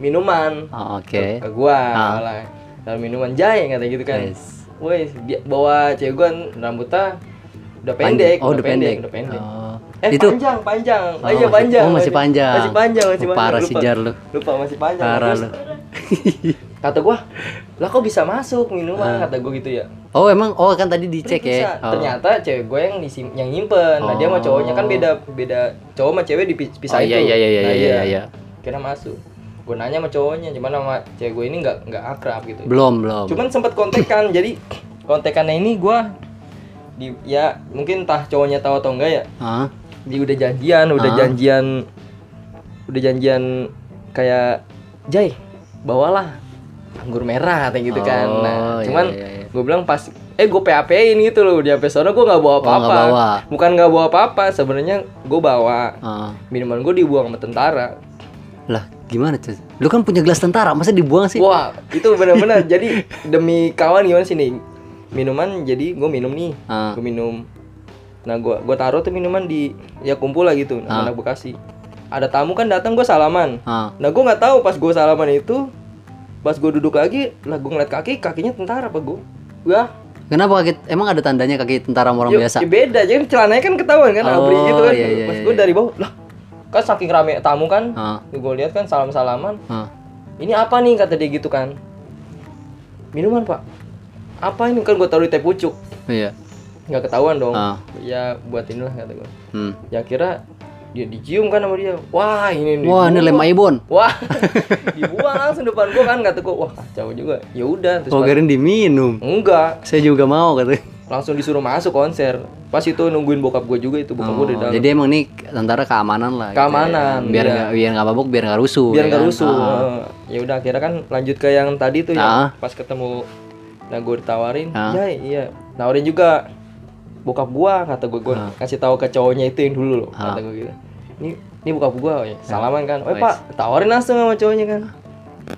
Speaker 2: minuman
Speaker 1: Oh, oke.
Speaker 2: ke gua
Speaker 1: Ah.
Speaker 2: lah minuman jahe kata gitu kan
Speaker 1: Yes.
Speaker 2: woi dia bawa cewek gua rambutnya udah pendek
Speaker 1: Pan- oh, udah pendek.
Speaker 2: udah pendek
Speaker 1: Oh.
Speaker 2: eh
Speaker 1: itu
Speaker 2: panjang panjang
Speaker 1: Oh,
Speaker 2: iya
Speaker 1: masih-
Speaker 2: panjang
Speaker 1: oh, masih panjang.
Speaker 2: masih panjang masih
Speaker 1: Oh,
Speaker 2: panjang
Speaker 1: parah si Jar lu.
Speaker 2: lupa masih panjang
Speaker 1: parah
Speaker 2: Terus
Speaker 1: lu.
Speaker 2: kata gua lah kok bisa masuk minuman
Speaker 1: Ah.
Speaker 2: kata gua gitu ya
Speaker 1: Oh emang oh kan tadi dicek
Speaker 2: Bisa.
Speaker 1: ya. Oh.
Speaker 2: ternyata cewek gue yang disim yang nyimpen nah dia sama
Speaker 1: Oh.
Speaker 2: cowoknya kan beda beda cowok sama cewek dipisah
Speaker 1: Oh, iya,
Speaker 2: itu
Speaker 1: iya, iya, iya,
Speaker 2: Nah,
Speaker 1: iya, iya, iya.
Speaker 2: kira masuk gue nanya sama cowoknya cuman sama cewek gue ini nggak nggak akrab gitu
Speaker 1: Belum belum.
Speaker 2: cuman sempat kontekan jadi kontekannya ini gua di ya mungkin entah cowoknya tahu atau enggak ya
Speaker 1: Ah.
Speaker 2: dia udah janjian udah
Speaker 1: Ah.
Speaker 2: janjian udah janjian kayak Jai bawalah anggur merah kayak gitu kan nah
Speaker 1: Oh, iya,
Speaker 2: cuman
Speaker 1: iya, iya.
Speaker 2: gue bilang pas eh gue PAP-in gitu loh di sampai sono gue nggak
Speaker 1: Oh,
Speaker 2: bawa
Speaker 1: nggak
Speaker 2: apa-apa
Speaker 1: bawa.
Speaker 2: bukan nggak bawa apa-apa sebenarnya gue bawa
Speaker 1: Ah.
Speaker 2: minuman gue dibuang sama tentara
Speaker 1: Lah, gimana tuh? Lu kan punya gelas tentara, masa dibuang sih?
Speaker 2: wah itu benar-benar jadi demi kawan gimana sih nih minuman jadi gue minum nih
Speaker 1: Ah.
Speaker 2: gue minum nah gue gue taruh tuh minuman di ya kumpul lah gitu sama anak bekasi ada tamu kan datang gue salaman
Speaker 1: Ah.
Speaker 2: nah gue nggak tahu pas gue salaman itu pas gue duduk lagi lah gue ngeliat kaki kakinya tentara apa gue Wah,
Speaker 1: Kenapa kaki emang ada tandanya kaki tentara sama orang
Speaker 2: ya-
Speaker 1: biasa?
Speaker 2: ya beda jadi celananya kan ketahuan kan
Speaker 1: Oh,
Speaker 2: abri gitu kan
Speaker 1: iya, iya,
Speaker 2: pas
Speaker 1: iya,
Speaker 2: gue dari bawah lah kan saking rame tamu kan
Speaker 1: Ah.
Speaker 2: gue lihat kan salam salaman
Speaker 1: Ah.
Speaker 2: ini apa nih kata dia gitu kan minuman pak apa ini kan gue taruh di teh pucuk
Speaker 1: Iya.
Speaker 2: nggak ketahuan dong
Speaker 1: Ah.
Speaker 2: ya buat inilah kata gue
Speaker 1: Hmm.
Speaker 2: ya kira dia dicium kan sama dia wah ini
Speaker 1: Wah, ini lem
Speaker 2: dibuang.
Speaker 1: Aibon.
Speaker 2: wah dibuang langsung depan gue kan kata gue wah kacau juga ya udah terus
Speaker 1: Oh,
Speaker 2: pas-
Speaker 1: kirain diminum.
Speaker 2: enggak
Speaker 1: Saya juga mau katanya.
Speaker 2: langsung disuruh masuk konser pas itu nungguin bokap gue juga itu bokap gue udah
Speaker 1: Oh,
Speaker 2: dalam
Speaker 1: jadi emang nih tentara keamanan lah. gitu ya.
Speaker 2: Keamanan,
Speaker 1: biar
Speaker 2: iya.
Speaker 1: nggak biar nggak mabuk, biar nggak rusuh.
Speaker 2: biar
Speaker 1: ya
Speaker 2: nggak
Speaker 1: kan?
Speaker 2: rusuh
Speaker 1: Ah.
Speaker 2: Heeh. ya udah akhirnya kan lanjut ke yang tadi tuh
Speaker 1: Ah.
Speaker 2: yang pas ketemu nah gue ditawarin
Speaker 1: Ah.
Speaker 2: ya iya nawarin juga bokap gua kata gue gue
Speaker 1: Ah.
Speaker 2: kasih tahu ke cowoknya itu yang dulu loh kata gue gitu ini ini bokap
Speaker 1: Ah.
Speaker 2: gua ya. salaman kan oh
Speaker 1: Wes.
Speaker 2: pak tawarin langsung sama cowoknya kan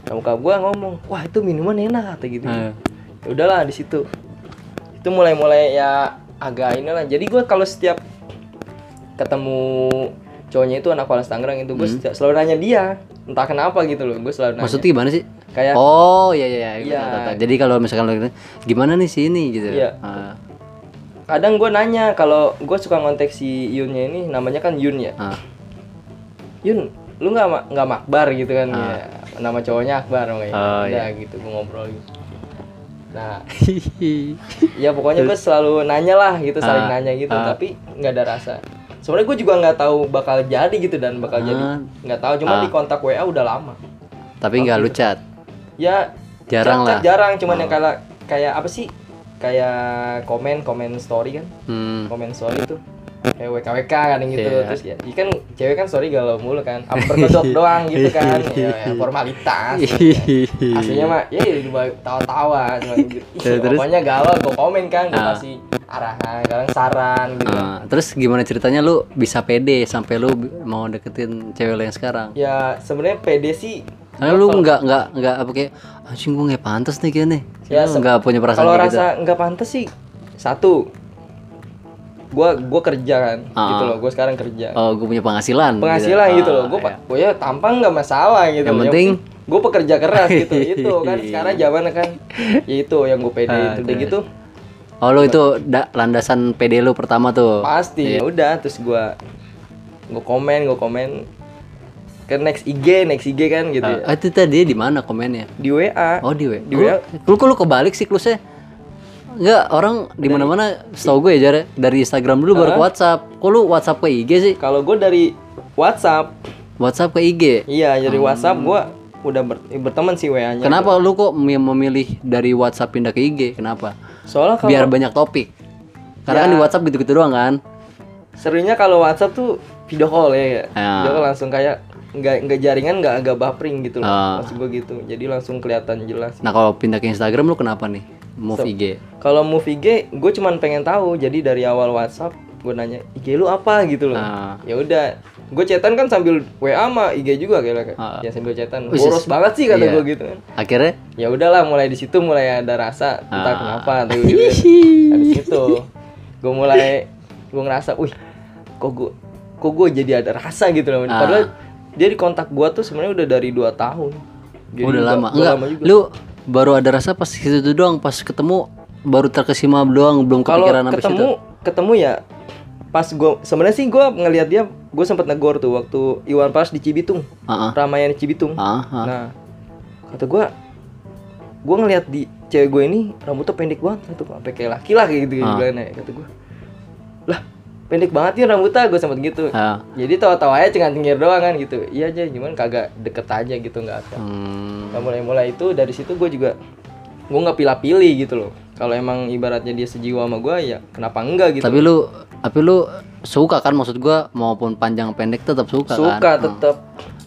Speaker 2: nah, bokap gua ngomong wah itu minuman enak kata gitu
Speaker 1: Eh.
Speaker 2: ya udahlah di situ itu mulai mulai ya agak ini lah jadi gua kalau setiap ketemu cowoknya itu anak Walas Tangerang itu gue selalu nanya dia entah kenapa gitu loh gue selalu nanya
Speaker 1: Hmm. Maksudnya gimana sih?
Speaker 2: kayak
Speaker 1: Oh iya iya iya.
Speaker 2: Ya. Iya.
Speaker 1: Tahu, tahu, tahu. Jadi kalau misalkan lo gitu, gimana nih sini gitu.
Speaker 2: Iya.
Speaker 1: Ah,
Speaker 2: kadang gue nanya kalau gue suka ngontek si Yunnya ini namanya kan Yun ya
Speaker 1: ah.
Speaker 2: Yun lu nggak ma- nggak makbar gitu kan
Speaker 1: Ah.
Speaker 2: ya. nama cowoknya Akbar namanya
Speaker 1: Oh,
Speaker 2: udah gitu gue ngobrol gitu nah ya pokoknya gue selalu nanya lah gitu saling
Speaker 1: Ah,
Speaker 2: nanya gitu tapi nggak ada rasa sebenarnya gue juga nggak tahu bakal jadi gitu dan bakal jadi
Speaker 1: Ah.
Speaker 2: nggak tahu cuma di kontak WA udah lama
Speaker 1: Tapi nggak lu chat.
Speaker 2: ya
Speaker 1: Jarang
Speaker 2: chat- chat
Speaker 1: lah. Oh.
Speaker 2: jarang cuman yang kayak kayak apa sih kayak komen komen story kan
Speaker 1: Hmm.
Speaker 2: komen story tuh kayak WKWK kan gitu
Speaker 1: Iya.
Speaker 2: terus ya iya kan cewek kan sorry galau mulu kan upper kedok doang gitu kan ya, ya, formalitas aslinya mah ya ya cuma tawa-tawa cuma gitu Ih,
Speaker 1: Ya, terus?
Speaker 2: pokoknya galau gue komen kan gue kasih arahan kadang saran gitu
Speaker 1: Ah, terus gimana ceritanya lu bisa pede sampai lu bi- mau deketin cewek lo yang sekarang?
Speaker 2: ya sebenarnya pede sih
Speaker 1: Karena lu nggak nggak nggak apa kayak anjing gua nggak pantas nih kayaknya.
Speaker 2: Ya,
Speaker 1: Ya,
Speaker 2: se-
Speaker 1: nggak punya perasaan
Speaker 2: kalau
Speaker 1: kayak gitu.
Speaker 2: rasa nggak pantas sih satu gua gua kerja kan
Speaker 1: Ah.
Speaker 2: gitu loh gue sekarang kerja
Speaker 1: Oh, gua punya penghasilan. gitu.
Speaker 2: penghasilan gitu,
Speaker 1: Ah,
Speaker 2: loh gue
Speaker 1: iya.
Speaker 2: ya tampang nggak masalah gitu
Speaker 1: Yang penting-
Speaker 2: gue pekerja keras gitu itu kan sekarang zaman kan ya itu yang gue pede
Speaker 1: Ah,
Speaker 2: itu udah gitu
Speaker 1: Oh, lu itu da- landasan pede lu pertama tuh.
Speaker 2: pasti Ya udah terus gue gue komen gue komen ke next IG next IG kan gitu ya.
Speaker 1: Ah, itu tadi di mana komennya?
Speaker 2: di WA
Speaker 1: Oh di W.
Speaker 2: Di ya? WA.
Speaker 1: Lu kok lu kebalik siklusnya? Enggak, orang di mana-mana setahu gue ya Jar, dari Instagram dulu baru ke WhatsApp. Kok lu WhatsApp ke IG sih?
Speaker 2: kalau gue dari WhatsApp
Speaker 1: WhatsApp ke IG.
Speaker 2: iya dari WhatsApp gue
Speaker 1: Hmm.
Speaker 2: udah ber- berteman sih WA nya
Speaker 1: Kenapa lu kok mem- memilih dari WhatsApp pindah ke IG? Kenapa?
Speaker 2: soalnya kalau Ya.
Speaker 1: Biar banyak topik. Karena kan di WhatsApp gitu-gitu doang kan.
Speaker 2: serunya kalau WhatsApp tuh video call ya, ya.
Speaker 1: Ya.
Speaker 2: video call langsung kayak nggak nggak jaringan nggak agak buffering gitu loh
Speaker 1: Ah.
Speaker 2: maksud gue gitu jadi langsung kelihatan jelas
Speaker 1: Nah, kalau pindah ke Instagram lu kenapa nih? Move IG.
Speaker 2: kalau move IG gue cuman pengen tahu jadi dari awal WhatsApp gue nanya IG lu apa gitu loh
Speaker 1: Ah.
Speaker 2: ya udah gue chatan kan sambil WA sama IG juga kayak
Speaker 1: Ah.
Speaker 2: ya sambil chatan
Speaker 1: Wih,
Speaker 2: boros banget sih kata
Speaker 1: iya.
Speaker 2: gue gitu kan
Speaker 1: Akhirnya
Speaker 2: ya udahlah mulai di situ mulai ada rasa entah
Speaker 1: Ah.
Speaker 2: kenapa tuh gitu. dari situ gue mulai gue ngerasa wih kok gue kok gue jadi ada rasa gitu loh
Speaker 1: Ah.
Speaker 2: padahal dia di kontak gue tuh sebenarnya udah dari dua tahun Jadi
Speaker 1: udah
Speaker 2: gua-
Speaker 1: lama.
Speaker 2: gua
Speaker 1: Enggak,
Speaker 2: lama juga.
Speaker 1: lu baru ada rasa pas situ doang, pas ketemu baru terkesima doang, belum
Speaker 2: kalau
Speaker 1: kepikiran sampai situ.
Speaker 2: ketemu ketemu ya pas gue sebenarnya sih gue ngelihat dia gue sempet negor tuh waktu Iwan Pars di Cibitung
Speaker 1: Heeh.
Speaker 2: ramaian di Cibitung
Speaker 1: Heeh.
Speaker 2: nah kata gue gue ngelihat di cewek gue ini rambutnya pendek banget tuh sampai kayak laki lah kayak gitu
Speaker 1: Ah.
Speaker 2: dibilangnya. kata gue lah pendek banget nih rambutnya gue sempet gitu
Speaker 1: Ah.
Speaker 2: jadi tawa-tawa aja cengang cengir doang kan gitu iya aja cuman kagak deket aja gitu nggak akan
Speaker 1: Hmm.
Speaker 2: nah, mulai mulai itu dari situ gue juga gue nggak pilih-pilih gitu loh kalau emang ibaratnya dia sejiwa sama gua ya kenapa enggak gitu
Speaker 1: Tapi lu tapi lu suka kan maksud gua maupun panjang pendek tetap suka,
Speaker 2: suka
Speaker 1: kan.
Speaker 2: tetap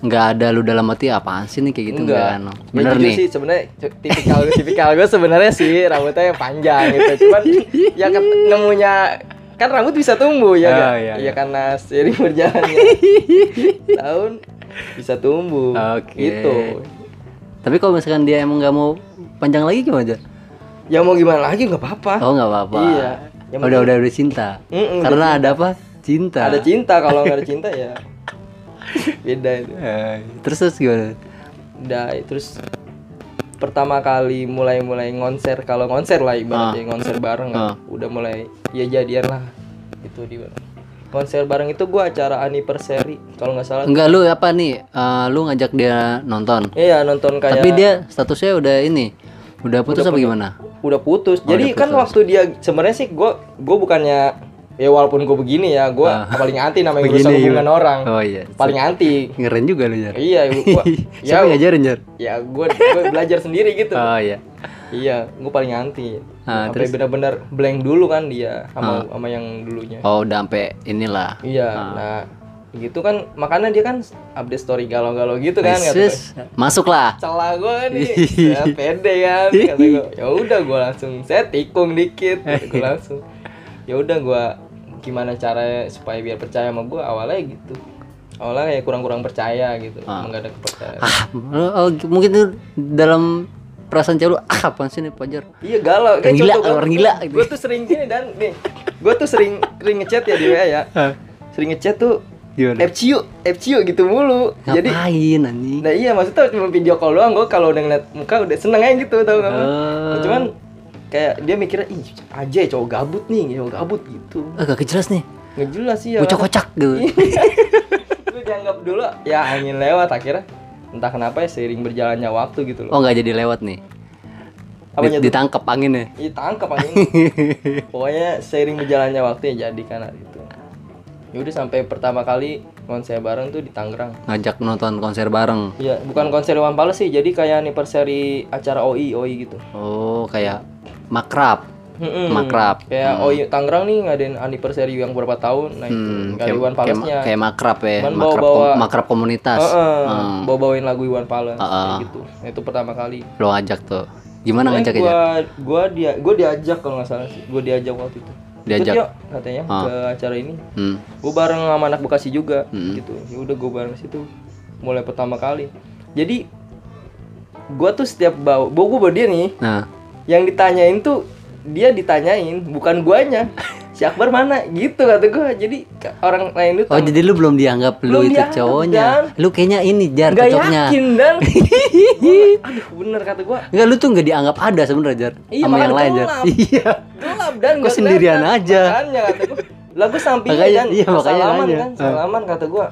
Speaker 1: Nggak ada lu dalam hati apaan sih nih kayak gitu
Speaker 2: enggak
Speaker 1: enggak. no.
Speaker 2: Ya,
Speaker 1: Bener
Speaker 2: jujur
Speaker 1: nih.
Speaker 2: sih sebenarnya cu- tipikal tipikal gue sebenarnya sih rambutnya yang panjang gitu cuman ya ket- nemunya kan rambut bisa tumbuh ya
Speaker 1: Ah,
Speaker 2: nggak?
Speaker 1: iya,
Speaker 2: ya karena sering berjalannya ya. tahun bisa tumbuh
Speaker 1: Oke.
Speaker 2: gitu
Speaker 1: Tapi kalau misalkan dia emang nggak mau panjang lagi gimana aja?
Speaker 2: ya mau gimana lagi nggak apa-apa
Speaker 1: Oh nggak apa-apa.
Speaker 2: Iya. Yang
Speaker 1: udah udah udah cinta.
Speaker 2: Mm-mm, udah
Speaker 1: Karena ada apa? Cinta.
Speaker 2: ada cinta kalau nggak ada cinta ya beda itu
Speaker 1: Eh, terus terus gimana?
Speaker 2: udah terus pertama kali mulai-mulai ngonser kalau ngonser lah ibaratnya ngonser bareng kan.
Speaker 1: Ah.
Speaker 2: udah mulai ya jadian lah gitu di konser bareng itu gua acara anniversary kalau nggak salah
Speaker 1: Enggak lu apa nih? Eh, lu ngajak dia nonton.
Speaker 2: iya nonton kayak
Speaker 1: Tapi dia statusnya udah ini. Udah putus apa gimana?
Speaker 2: udah putus
Speaker 1: Oh,
Speaker 2: jadi kan waktu dia sebenarnya sih gua gua bukannya ya walaupun gua begini ya gua paling anti
Speaker 1: Ah.
Speaker 2: namanya
Speaker 1: Begini,
Speaker 2: urusan hubungan
Speaker 1: iya.
Speaker 2: orang
Speaker 1: Oh iya.
Speaker 2: paling anti
Speaker 1: Ngeren juga lu, Jar.
Speaker 2: iya gua ya
Speaker 1: Siapa ngajarin, Jar?
Speaker 2: ya gua, gua belajar sendiri gitu
Speaker 1: Oh iya.
Speaker 2: Iya, gue paling anti.
Speaker 1: Ah,
Speaker 2: sampai benar-benar blank dulu kan dia sama sama yang dulunya.
Speaker 1: Oh, udah sampai inilah.
Speaker 2: Iya, nah gitu kan makanya dia kan update story galau-galau gitu kan kata gua.
Speaker 1: Sis, masuklah.
Speaker 2: Celah gue nih, ya, pede kan kata gue. Ya udah gue langsung saya tikung dikit, gue langsung. Ya udah gue gimana caranya supaya biar percaya sama gue awalnya gitu. Awalnya kayak kurang-kurang percaya gitu, enggak ada kepercayaan.
Speaker 1: Ah, lu- oh, mungkin itu dalam perasaan cewek lu, ah apaan sih nih pajar?
Speaker 2: Iya galau.
Speaker 1: Orang gila, orang gila, gitu.
Speaker 2: Gue tuh sering gini dan nih, gue tuh sering sering ngechat ya di WA ya. Sering ngechat tuh
Speaker 1: Gimana?
Speaker 2: FCU, FCU gitu mulu. Jadi,
Speaker 1: Ngapain anjing?
Speaker 2: nah iya maksudnya cuma video call doang. Gue kalau udah ngeliat muka udah seneng aja gitu tau gak?
Speaker 1: Ah.
Speaker 2: Cuman kayak dia mikirnya, ih aja ya cowok gabut nih, cowok gabut gitu.
Speaker 1: Agak Eh, kejelas nih.
Speaker 2: Nggak jelas sih ya.
Speaker 1: Kocak-kocak gitu.
Speaker 2: Gue dianggap dulu ya angin lewat akhirnya. Entah kenapa ya seiring berjalannya waktu gitu loh.
Speaker 1: Oh, nggak jadi lewat nih.
Speaker 2: Apanya
Speaker 1: Di- ditangkap anginnya.
Speaker 2: Iya tangkap angin. Pokoknya seiring berjalannya waktu ya jadi kan hari itu. Ya udah sampai pertama kali konser bareng tuh di Tangerang.
Speaker 1: Ngajak nonton konser bareng.
Speaker 2: Iya, bukan konser One Palace sih, jadi kayak anniversary acara OI OI gitu.
Speaker 1: Oh, kayak makrab.
Speaker 2: Mm-mm.
Speaker 1: Makrab.
Speaker 2: Kayak OI Tangerang nih ngadain anniversary yang berapa tahun, nah itu
Speaker 1: Hmm,
Speaker 2: nggak ada Iwan
Speaker 1: kayak,
Speaker 2: Palesnya.
Speaker 1: kayak makrab ya,
Speaker 2: Cuman
Speaker 1: makrab,
Speaker 2: bawa-bawa-
Speaker 1: kom- makrab komunitas.
Speaker 2: Heeh,
Speaker 1: Hmm.
Speaker 2: bawa-bawain lagu Iwan Palace
Speaker 1: Heeh.
Speaker 2: kayak gitu. Nah, itu pertama kali.
Speaker 1: Lo ngajak tuh. Gimana
Speaker 2: Pokoknya
Speaker 1: ngajak aja?
Speaker 2: gua, gua dia gua diajak kalau nggak salah sih, gua diajak waktu itu.
Speaker 1: Diajak? Ah.
Speaker 2: Ikut yuk, katanya ke acara ini.
Speaker 1: Hmm.
Speaker 2: gue bareng sama anak Bekasi juga gitu ya udah gue bareng situ mulai pertama kali jadi gue tuh setiap bawa bawa gue bawa dia nih
Speaker 1: Nah,
Speaker 2: yang ditanyain tuh dia ditanyain bukan guanya si Akbar mana gitu kata gue jadi ke- orang lain itu
Speaker 1: oh jadi lu belum dianggap lu
Speaker 2: Belum
Speaker 1: itu
Speaker 2: dianggap,
Speaker 1: cowoknya. Lu kayaknya ini jar
Speaker 2: nggak
Speaker 1: cocoknya.
Speaker 2: yakin dan Gua- aduh bener kata gue
Speaker 1: Enggak lu tuh nggak dianggap ada sebenarnya jar
Speaker 2: Iya,
Speaker 1: sama
Speaker 2: makanya
Speaker 1: yang lain jar.
Speaker 2: gelap.
Speaker 1: Iya.
Speaker 2: gelap dan
Speaker 1: Kok
Speaker 2: nggak
Speaker 1: sendirian
Speaker 2: kelihatan.
Speaker 1: aja?
Speaker 2: makanya kata gue lah gue sampingnya
Speaker 1: Makanya-
Speaker 2: dan
Speaker 1: iya, makanya
Speaker 2: salaman
Speaker 1: nanya.
Speaker 2: kan salaman kata gue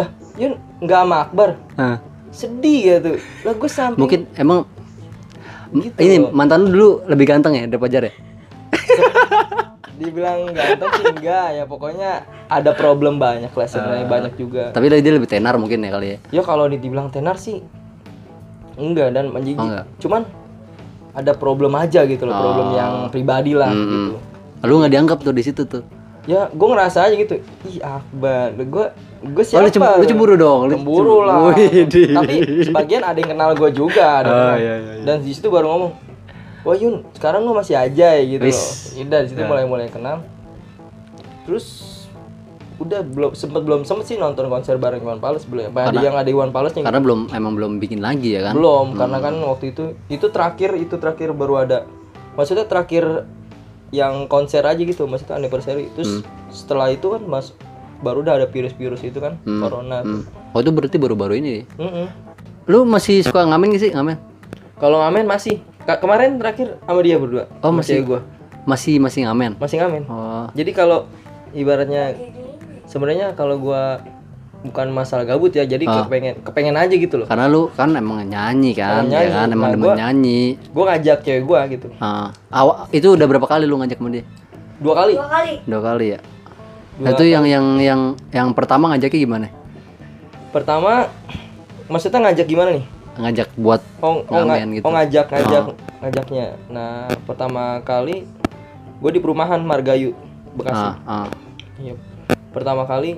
Speaker 2: lah Yun nggak sama Akbar
Speaker 1: Hah.
Speaker 2: sedih gitu lah gue samping
Speaker 1: Mungkin emang m-
Speaker 2: Gitu.
Speaker 1: ini mantan lu dulu lebih ganteng ya daripada jar ya?
Speaker 2: dibilang ganteng sih enggak ya pokoknya ada problem banyak lah
Speaker 1: Ah.
Speaker 2: sebenarnya banyak juga
Speaker 1: Tapi dia lebih tenar mungkin ya kali ya.
Speaker 2: ya kalau di- dibilang tenar sih enggak dan menjijik
Speaker 1: Oh, enggak. Oh.
Speaker 2: cuman ada problem aja gitu loh problem yang pribadi lah gitu
Speaker 1: Hmm. Lu nggak dianggap tuh di situ tuh.
Speaker 2: ya gue ngerasa aja gitu ih akbar gue gue
Speaker 1: Oh,
Speaker 2: siapa
Speaker 1: lu cemburu, lu cemburu dong. Lu
Speaker 2: cemburu lah
Speaker 1: Widih.
Speaker 2: tapi sebagian ada yang kenal gue juga ada yang
Speaker 1: Ah,
Speaker 2: kenal.
Speaker 1: iya, iya,
Speaker 2: dan di situ baru ngomong wah Yun sekarang lu masih aja ya gitu
Speaker 1: Wis. Ya.
Speaker 2: loh udah di situ mulai mulai kenal terus udah belum sempet belum sempet sih nonton konser bareng Iwan Fals belum ya. ada yang ada Iwan Fals yang
Speaker 1: Karena belum emang belum bikin lagi ya kan?
Speaker 2: belum karena kan waktu itu itu terakhir itu terakhir baru ada maksudnya terakhir yang konser aja gitu maksudnya anniversary
Speaker 1: Hmm.
Speaker 2: terus setelah itu kan mas baru udah ada virus-virus itu kan corona tuh.
Speaker 1: Hmm. Oh itu berarti baru-baru ini.
Speaker 2: Mm-mm.
Speaker 1: Lu masih suka ngamen gak sih ngamen?
Speaker 2: kalau ngamen masih Ka- kemarin terakhir sama dia berdua
Speaker 1: Oh,
Speaker 2: sama
Speaker 1: masih.
Speaker 2: cewek gua
Speaker 1: Masih masih ngamen.
Speaker 2: masih ngamen
Speaker 1: Oh.
Speaker 2: jadi kalau ibaratnya sebenarnya kalau gua bukan masalah gabut ya jadi
Speaker 1: Ah.
Speaker 2: kepengen kepengen aja gitu loh
Speaker 1: Karena lu kan emang nyanyi kan,
Speaker 2: Emang
Speaker 1: ya
Speaker 2: nyanyi.
Speaker 1: kan emang
Speaker 2: Nah,
Speaker 1: demen
Speaker 2: gua-
Speaker 1: nyanyi.
Speaker 2: gua ngajak cewek gua gitu
Speaker 1: Ah, awa- itu udah berapa kali lu ngajak sama dia?
Speaker 2: dua kali
Speaker 1: Dua kali ya. Nah, itu yang yang yang yang pertama ngajaknya gimana?
Speaker 2: pertama maksudnya ngajak gimana nih
Speaker 1: Ngajak buat
Speaker 2: Oh, oh, nga-
Speaker 1: Ngamen gitu.
Speaker 2: oh ngajak ngajak ngajaknya nah pertama kali gue di perumahan Margayu Bekasi
Speaker 1: Ah, ah.
Speaker 2: Iya. pertama kali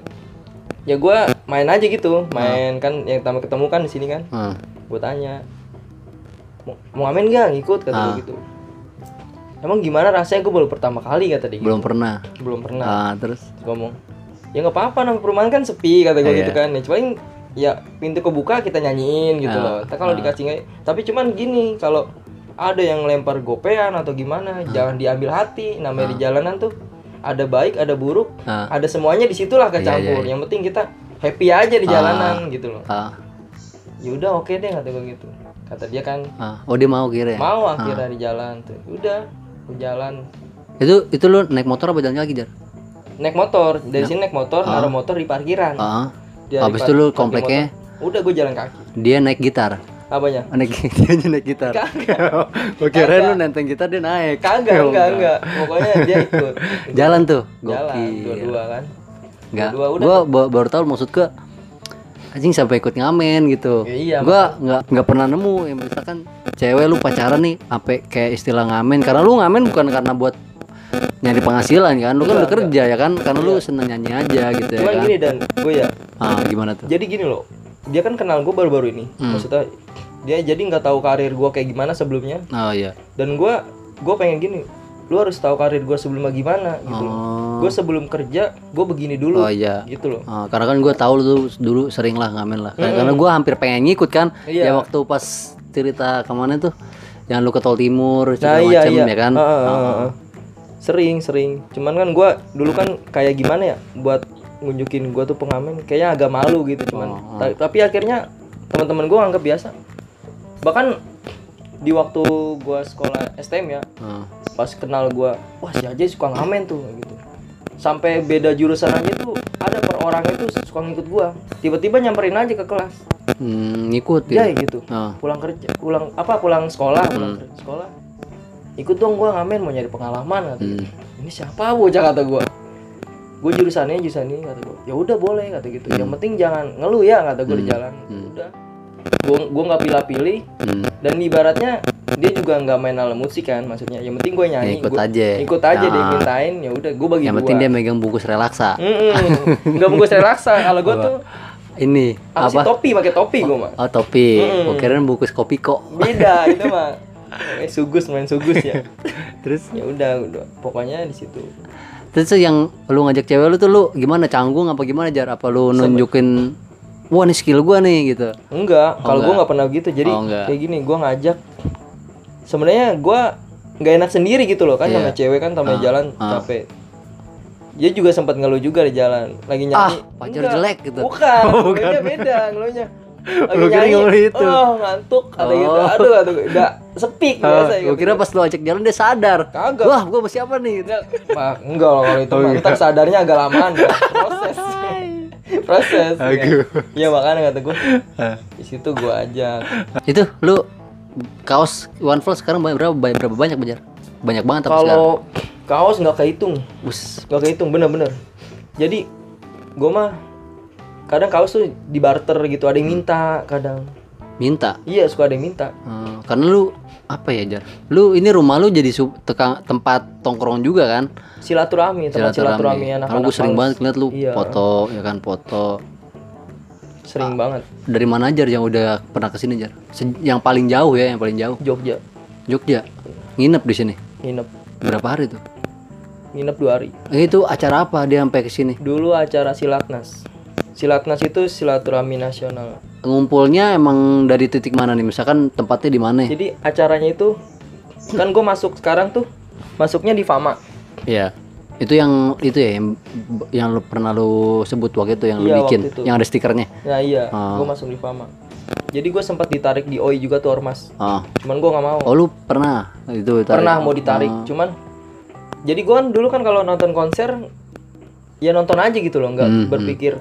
Speaker 2: ya gue main aja gitu main kan yang pertama ketemu kan di sini kan
Speaker 1: ah.
Speaker 2: gue tanya mau, mau ngamen gak ngikut kata
Speaker 1: Ah.
Speaker 2: gue gitu emang gimana rasanya gue baru pertama kali kata dia gitu.
Speaker 1: Belum pernah.
Speaker 2: belum pernah
Speaker 1: Ah, terus
Speaker 2: Terus ngomong ya nggak apa-apa nama perumahan kan sepi kata gue
Speaker 1: Iya.
Speaker 2: gitu kan ya cuman ya pintu kebuka kita nyanyiin gitu
Speaker 1: Ah,
Speaker 2: loh Tapi kalau dikasih nggak- tapi cuman gini kalau ada yang lempar gopean atau
Speaker 1: Ah.
Speaker 2: gimana jangan diambil hati namanya di jalanan tuh ada baik ada buruk
Speaker 1: Ah. Iya,
Speaker 2: ada semuanya disitulah kecampur yang penting kita happy aja di jalanan gitu loh
Speaker 1: ah,
Speaker 2: ya udah oke deh kata gue gitu kata dia kan
Speaker 1: ah. Oh, dia mau kira ya?
Speaker 2: mau akhirnya di jalan tuh udah gue jalan
Speaker 1: Itu itu lu naik motor apa jalan kaki, Jar?
Speaker 2: naik motor dari sini naik motor naruh motor di parkiran
Speaker 1: Nah. Ah.
Speaker 2: Dia
Speaker 1: Habis
Speaker 2: lipat-
Speaker 1: itu lu
Speaker 2: lipat di
Speaker 1: kompleknya
Speaker 2: motor. udah gue jalan kaki
Speaker 1: dia naik gitar.
Speaker 2: apanya
Speaker 1: Ah, Naik dia aja naik gitar. Gue kira lu nenteng gitar dia naik.
Speaker 2: kagak
Speaker 1: Oh,
Speaker 2: enggak enggak pokoknya dia ikut
Speaker 1: Jalan tuh.
Speaker 2: jalan
Speaker 1: Gokil.
Speaker 2: dua-dua kan
Speaker 1: Enggak.
Speaker 2: Dua-dua udah
Speaker 1: Gua ba- baru tahu maksud ke anjing sampai ikut ngamen gitu.
Speaker 2: Ya, iya,
Speaker 1: Gua nggak nggak pernah nemu yang misalkan cewek lu pacaran nih sampai kayak istilah ngamen karena lu ngamen bukan karena buat nyari penghasilan kan. Lu kan udah kerja ya kan karena
Speaker 2: Iya.
Speaker 1: lu seneng nyanyi aja gitu ya
Speaker 2: cuman
Speaker 1: kan.
Speaker 2: gini dan gue ya
Speaker 1: Ah, gimana tuh?
Speaker 2: jadi gini loh dia kan kenal gue baru-baru ini
Speaker 1: Hmm.
Speaker 2: maksudnya dia jadi nggak tahu karir gue kayak gimana sebelumnya
Speaker 1: Oh iya.
Speaker 2: dan gue gue pengen gini lu harus tahu karir gue sebelumnya gimana gitu loh
Speaker 1: Oh,
Speaker 2: gue sebelum kerja gue begini dulu
Speaker 1: oh iya.
Speaker 2: gitu loh
Speaker 1: Ah, karena kan gue tahu lu tuh dulu sering lah ngamen lah. Karena, karena gue hampir pengen ngikut kan.
Speaker 2: Iya.
Speaker 1: Ya waktu pas cerita kemana tuh, yang lu ke Tol Timur
Speaker 2: nah
Speaker 1: segala
Speaker 2: iya
Speaker 1: macem
Speaker 2: iya
Speaker 1: ya kan.
Speaker 2: Heeh, heeh, heeh. ah. sering sering cuman kan gue dulu kan kayak gimana ya buat ngunjukin gue tuh pengamen kayaknya agak malu gitu cuman ta- tapi akhirnya teman-teman gue anggap biasa bahkan di waktu gue sekolah STM ya
Speaker 1: Ah.
Speaker 2: pas kenal gue wah si aja suka ngamen tuh gitu sampai beda jurusan aja tuh ada per orang itu suka ngikut gue tiba-tiba nyamperin aja ke kelas
Speaker 1: Hmm, ngikut gitu.
Speaker 2: Jai gitu
Speaker 1: Ah.
Speaker 2: pulang kerja pulang apa pulang sekolah pulang
Speaker 1: Hmm.
Speaker 2: kerja, sekolah ikut dong gua ngamen mau nyari pengalaman kata gitu.
Speaker 1: Hmm.
Speaker 2: ini siapa bocah kata gua gue jurusannya jurusan ini kata gua ya udah boleh kata gitu
Speaker 1: Hmm.
Speaker 2: yang penting jangan ngeluh ya kata gua di jalan udah gua gua nggak pilih-pilih
Speaker 1: Hmm,
Speaker 2: dan ibaratnya dia juga nggak main alat musik kan maksudnya yang penting gue
Speaker 1: ya
Speaker 2: nyanyi
Speaker 1: ikut
Speaker 2: gua-
Speaker 1: aja.
Speaker 2: ikut aja dia
Speaker 1: Ah,
Speaker 2: mintain ya udah gue bagi
Speaker 1: Yang
Speaker 2: dua
Speaker 1: penting dia megang bungkus relaksa.
Speaker 2: Mm-mm. nggak bungkus relaksa kalau gua tuh
Speaker 1: Ini
Speaker 2: apa sih
Speaker 1: apa?
Speaker 2: topi pakai topi gua mah
Speaker 1: Oh topi. Gua kirain bungkus kopi kok.
Speaker 2: beda itu mah eh, sugus main sugus ya
Speaker 1: Terus
Speaker 2: ya udah udah pokoknya di situ
Speaker 1: terus tuh yang lu ngajak cewek lu tuh lu gimana canggung apa gimana jar apa lu nunjukin wah nih skill gua nih gitu.
Speaker 2: enggak kalau gue nggak pernah gitu jadi
Speaker 1: Oh, enggak.
Speaker 2: kayak gini gue ngajak sebenarnya gue nggak enak sendiri gitu loh kan
Speaker 1: Iya.
Speaker 2: sama cewek kan
Speaker 1: Ah,
Speaker 2: sama jalan capek dia juga sempat ngeluh juga di jalan
Speaker 1: Ah,
Speaker 2: lagi nyanyi
Speaker 1: pacar
Speaker 2: Enggak.
Speaker 1: jelek gitu.
Speaker 2: bukan, ngeluhnya beda ngeluhnya lagi
Speaker 1: Lu kira
Speaker 2: nyanyi
Speaker 1: ngeluh itu.
Speaker 2: oh ngantuk kata gitu aduh aduh udah sepi biasa
Speaker 1: Gue Oh, kira pas lu ajak jalan dia sadar.
Speaker 2: iya, Kagak.
Speaker 1: Wah, gua masih apa nih? Gitu.
Speaker 2: Enggak, Mak, enggak loh kalau itu
Speaker 1: Oh,
Speaker 2: mah.
Speaker 1: iya.
Speaker 2: Ntar sadarnya agak lamaan dia. proses proses ya.
Speaker 1: Aduh.
Speaker 2: ya makanya kata gue di situ gue ajak
Speaker 1: Itu lu kaos One Plus sekarang banyak- berapa banyak berapa banyak banyak? Banyak banget tapi sekarang.
Speaker 2: kalau kaos nggak kehitung
Speaker 1: Us.
Speaker 2: nggak kehitung bener-bener jadi gue mah kadang kaos tuh di barter gitu ada yang minta kadang
Speaker 1: Minta.
Speaker 2: iya suka ada yang minta
Speaker 1: Hmm, karena lu apa ya Jar? Lu ini rumah lu jadi su- teka- tempat tongkrong juga kan?
Speaker 2: silaturahmi tempat kan silaturahmi anak
Speaker 1: Karena gue sering banget ngeliat lu
Speaker 2: Iya.
Speaker 1: foto, ya kan foto.
Speaker 2: sering banget
Speaker 1: Dari mana Jar yang udah pernah kesini Jar? Se- yang paling jauh ya, yang paling jauh.
Speaker 2: Jogja
Speaker 1: Jogja. Nginep di sini.
Speaker 2: nginep
Speaker 1: Berapa hari tuh?
Speaker 2: nginep dua hari
Speaker 1: Eh, Itu acara apa dia sampai kesini?
Speaker 2: dulu acara silatnas silatnas itu silaturahmi nasional
Speaker 1: Ngumpulnya emang dari titik mana nih? Misalkan tempatnya di mana?
Speaker 2: Jadi acaranya itu kan gue masuk sekarang tuh masuknya di Fama.
Speaker 1: Iya. Itu yang itu ya yang, yang lu pernah lu sebut waktu itu yang lu
Speaker 2: Iya,
Speaker 1: bikin,
Speaker 2: waktu itu.
Speaker 1: yang ada stikernya.
Speaker 2: Nah iya,
Speaker 1: Ah.
Speaker 2: gue masuk di Fama. Jadi gue sempat ditarik di OI juga tuh ormas.
Speaker 1: Oh.
Speaker 2: Cuman gue nggak mau.
Speaker 1: Oh lu pernah itu tarik.
Speaker 2: Pernah mau
Speaker 1: Ah.
Speaker 2: ditarik, cuman jadi gue kan dulu kan kalau nonton konser ya nonton aja gitu loh, nggak
Speaker 1: Hmm,
Speaker 2: berpikir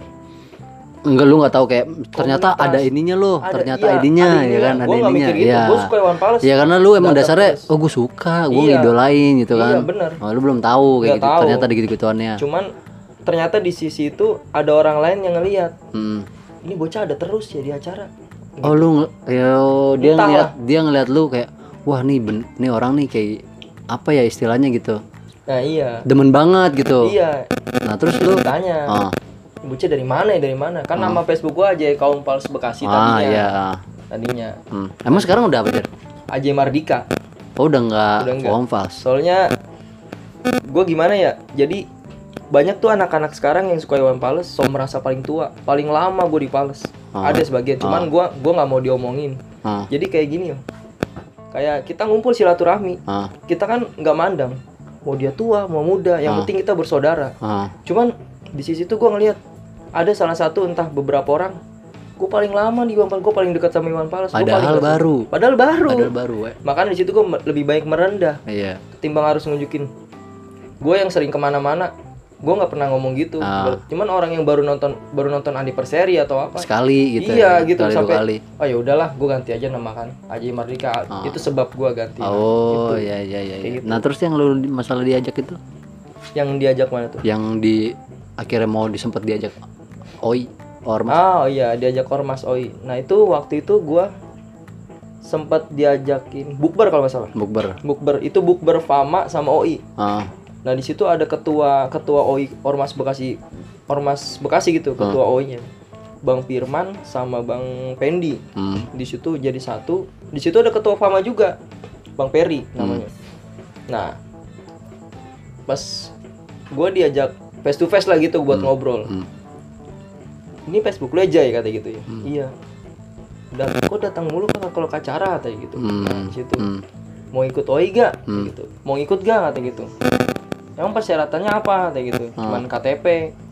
Speaker 1: Enggak lu nggak tahu kayak ternyata ada ininya lo,
Speaker 2: ada-
Speaker 1: ternyata
Speaker 2: iya,
Speaker 1: idenya ya kan ada
Speaker 2: Gue nggak
Speaker 1: ininya.
Speaker 2: mikir gitu.
Speaker 1: Iya.
Speaker 2: Gue suka Iwan Fals.
Speaker 1: Ya karena lu emang dasarnya oh gue suka, gue
Speaker 2: Iya.
Speaker 1: ngidolain gitu kan.
Speaker 2: Iya bener.
Speaker 1: Oh, lu belum tahu kayak
Speaker 2: Nggak
Speaker 1: gitu.
Speaker 2: tahu.
Speaker 1: Ternyata ada gitu-gituannya.
Speaker 2: Cuman ternyata di sisi itu ada orang lain yang ngelihat
Speaker 1: Hmm.
Speaker 2: ini bocah ada terus ya di acara.
Speaker 1: Oh lu nge- yo, dia
Speaker 2: Entah
Speaker 1: ngeliat dia ngeliat lu kayak wah nih ben- nih orang nih kayak apa ya istilahnya gitu
Speaker 2: nah iya
Speaker 1: demen banget gitu
Speaker 2: iya
Speaker 1: nah terus lu
Speaker 2: tanya
Speaker 1: ah
Speaker 2: Bocah dari mana ya dari mana kan nama Facebook gua aja kaum pals Bekasi
Speaker 1: ah
Speaker 2: tadinya
Speaker 1: iya
Speaker 2: tadinya
Speaker 1: Hmm. emang sekarang udah apa Jar?
Speaker 2: Ajay Mardika
Speaker 1: oh udah nggak
Speaker 2: Udah nggak.
Speaker 1: kompas
Speaker 2: soalnya gua gimana ya jadi banyak tuh anak-anak sekarang yang suka Iwan Pales so merasa paling tua paling lama gue di Pales
Speaker 1: Ah.
Speaker 2: ada sebagian cuman gua gua nggak mau diomongin
Speaker 1: ah
Speaker 2: jadi kayak gini loh kayak kita ngumpul silaturahmi
Speaker 1: ah
Speaker 2: kita kan nggak mandang mau dia tua mau muda yang penting kita bersaudara
Speaker 1: ah
Speaker 2: cuman di sisi itu gue ngelihat ada salah satu entah beberapa orang gue paling lama di Iwan Pales gue paling dekat sama Iwan Pales gua paling
Speaker 1: padahal
Speaker 2: dekat-
Speaker 1: baru
Speaker 2: padahal baru
Speaker 1: padahal baru eh.
Speaker 2: makanya di situ gue lebih baik merendah
Speaker 1: iya
Speaker 2: ketimbang harus nunjukin gue yang sering kemana-mana gue nggak pernah ngomong gitu
Speaker 1: Ah.
Speaker 2: cuman orang yang baru nonton baru nonton Andi Perseri atau apa
Speaker 1: sekali gitu ya,
Speaker 2: iya gitu
Speaker 1: sekali dua
Speaker 2: sampai
Speaker 1: kali
Speaker 2: oh ya udahlah gue ganti aja nama kan Aji Mardika itu sebab gue ganti
Speaker 1: Ah. oh
Speaker 2: gitu.
Speaker 1: iya iya iya iya. nah terus yang lu di- masalah diajak itu
Speaker 2: yang diajak mana tuh
Speaker 1: yang di akhirnya mau disempet diajak oi ormas
Speaker 2: ah oh iya diajak ormas oi nah itu waktu itu gue sempat diajakin bukber kalau nggak salah
Speaker 1: bukber
Speaker 2: bukber itu bukber Fama sama OI
Speaker 1: ah
Speaker 2: nah di situ ada ketua ketua OI ormas Bekasi ormas Bekasi gitu ketua OI nya Bang Firman sama Bang Pendi
Speaker 1: hmm.
Speaker 2: di situ jadi satu di situ ada ketua fama juga bang Peri namanya
Speaker 1: Hmm.
Speaker 2: nah pas gue diajak face to face lah gitu buat ngobrol
Speaker 1: Hmm.
Speaker 2: ini Facebook lu aja ya kata gitu ya iya dan kok datang mulu kan kalau ke acara kata gitu nah,
Speaker 1: Hmm.
Speaker 2: di situ
Speaker 1: Hmm.
Speaker 2: mau ikut OI gak Kata gitu mau ikut gak kata gitu emang persyaratannya apa kata gitu
Speaker 1: Hmm.
Speaker 2: cuman KTP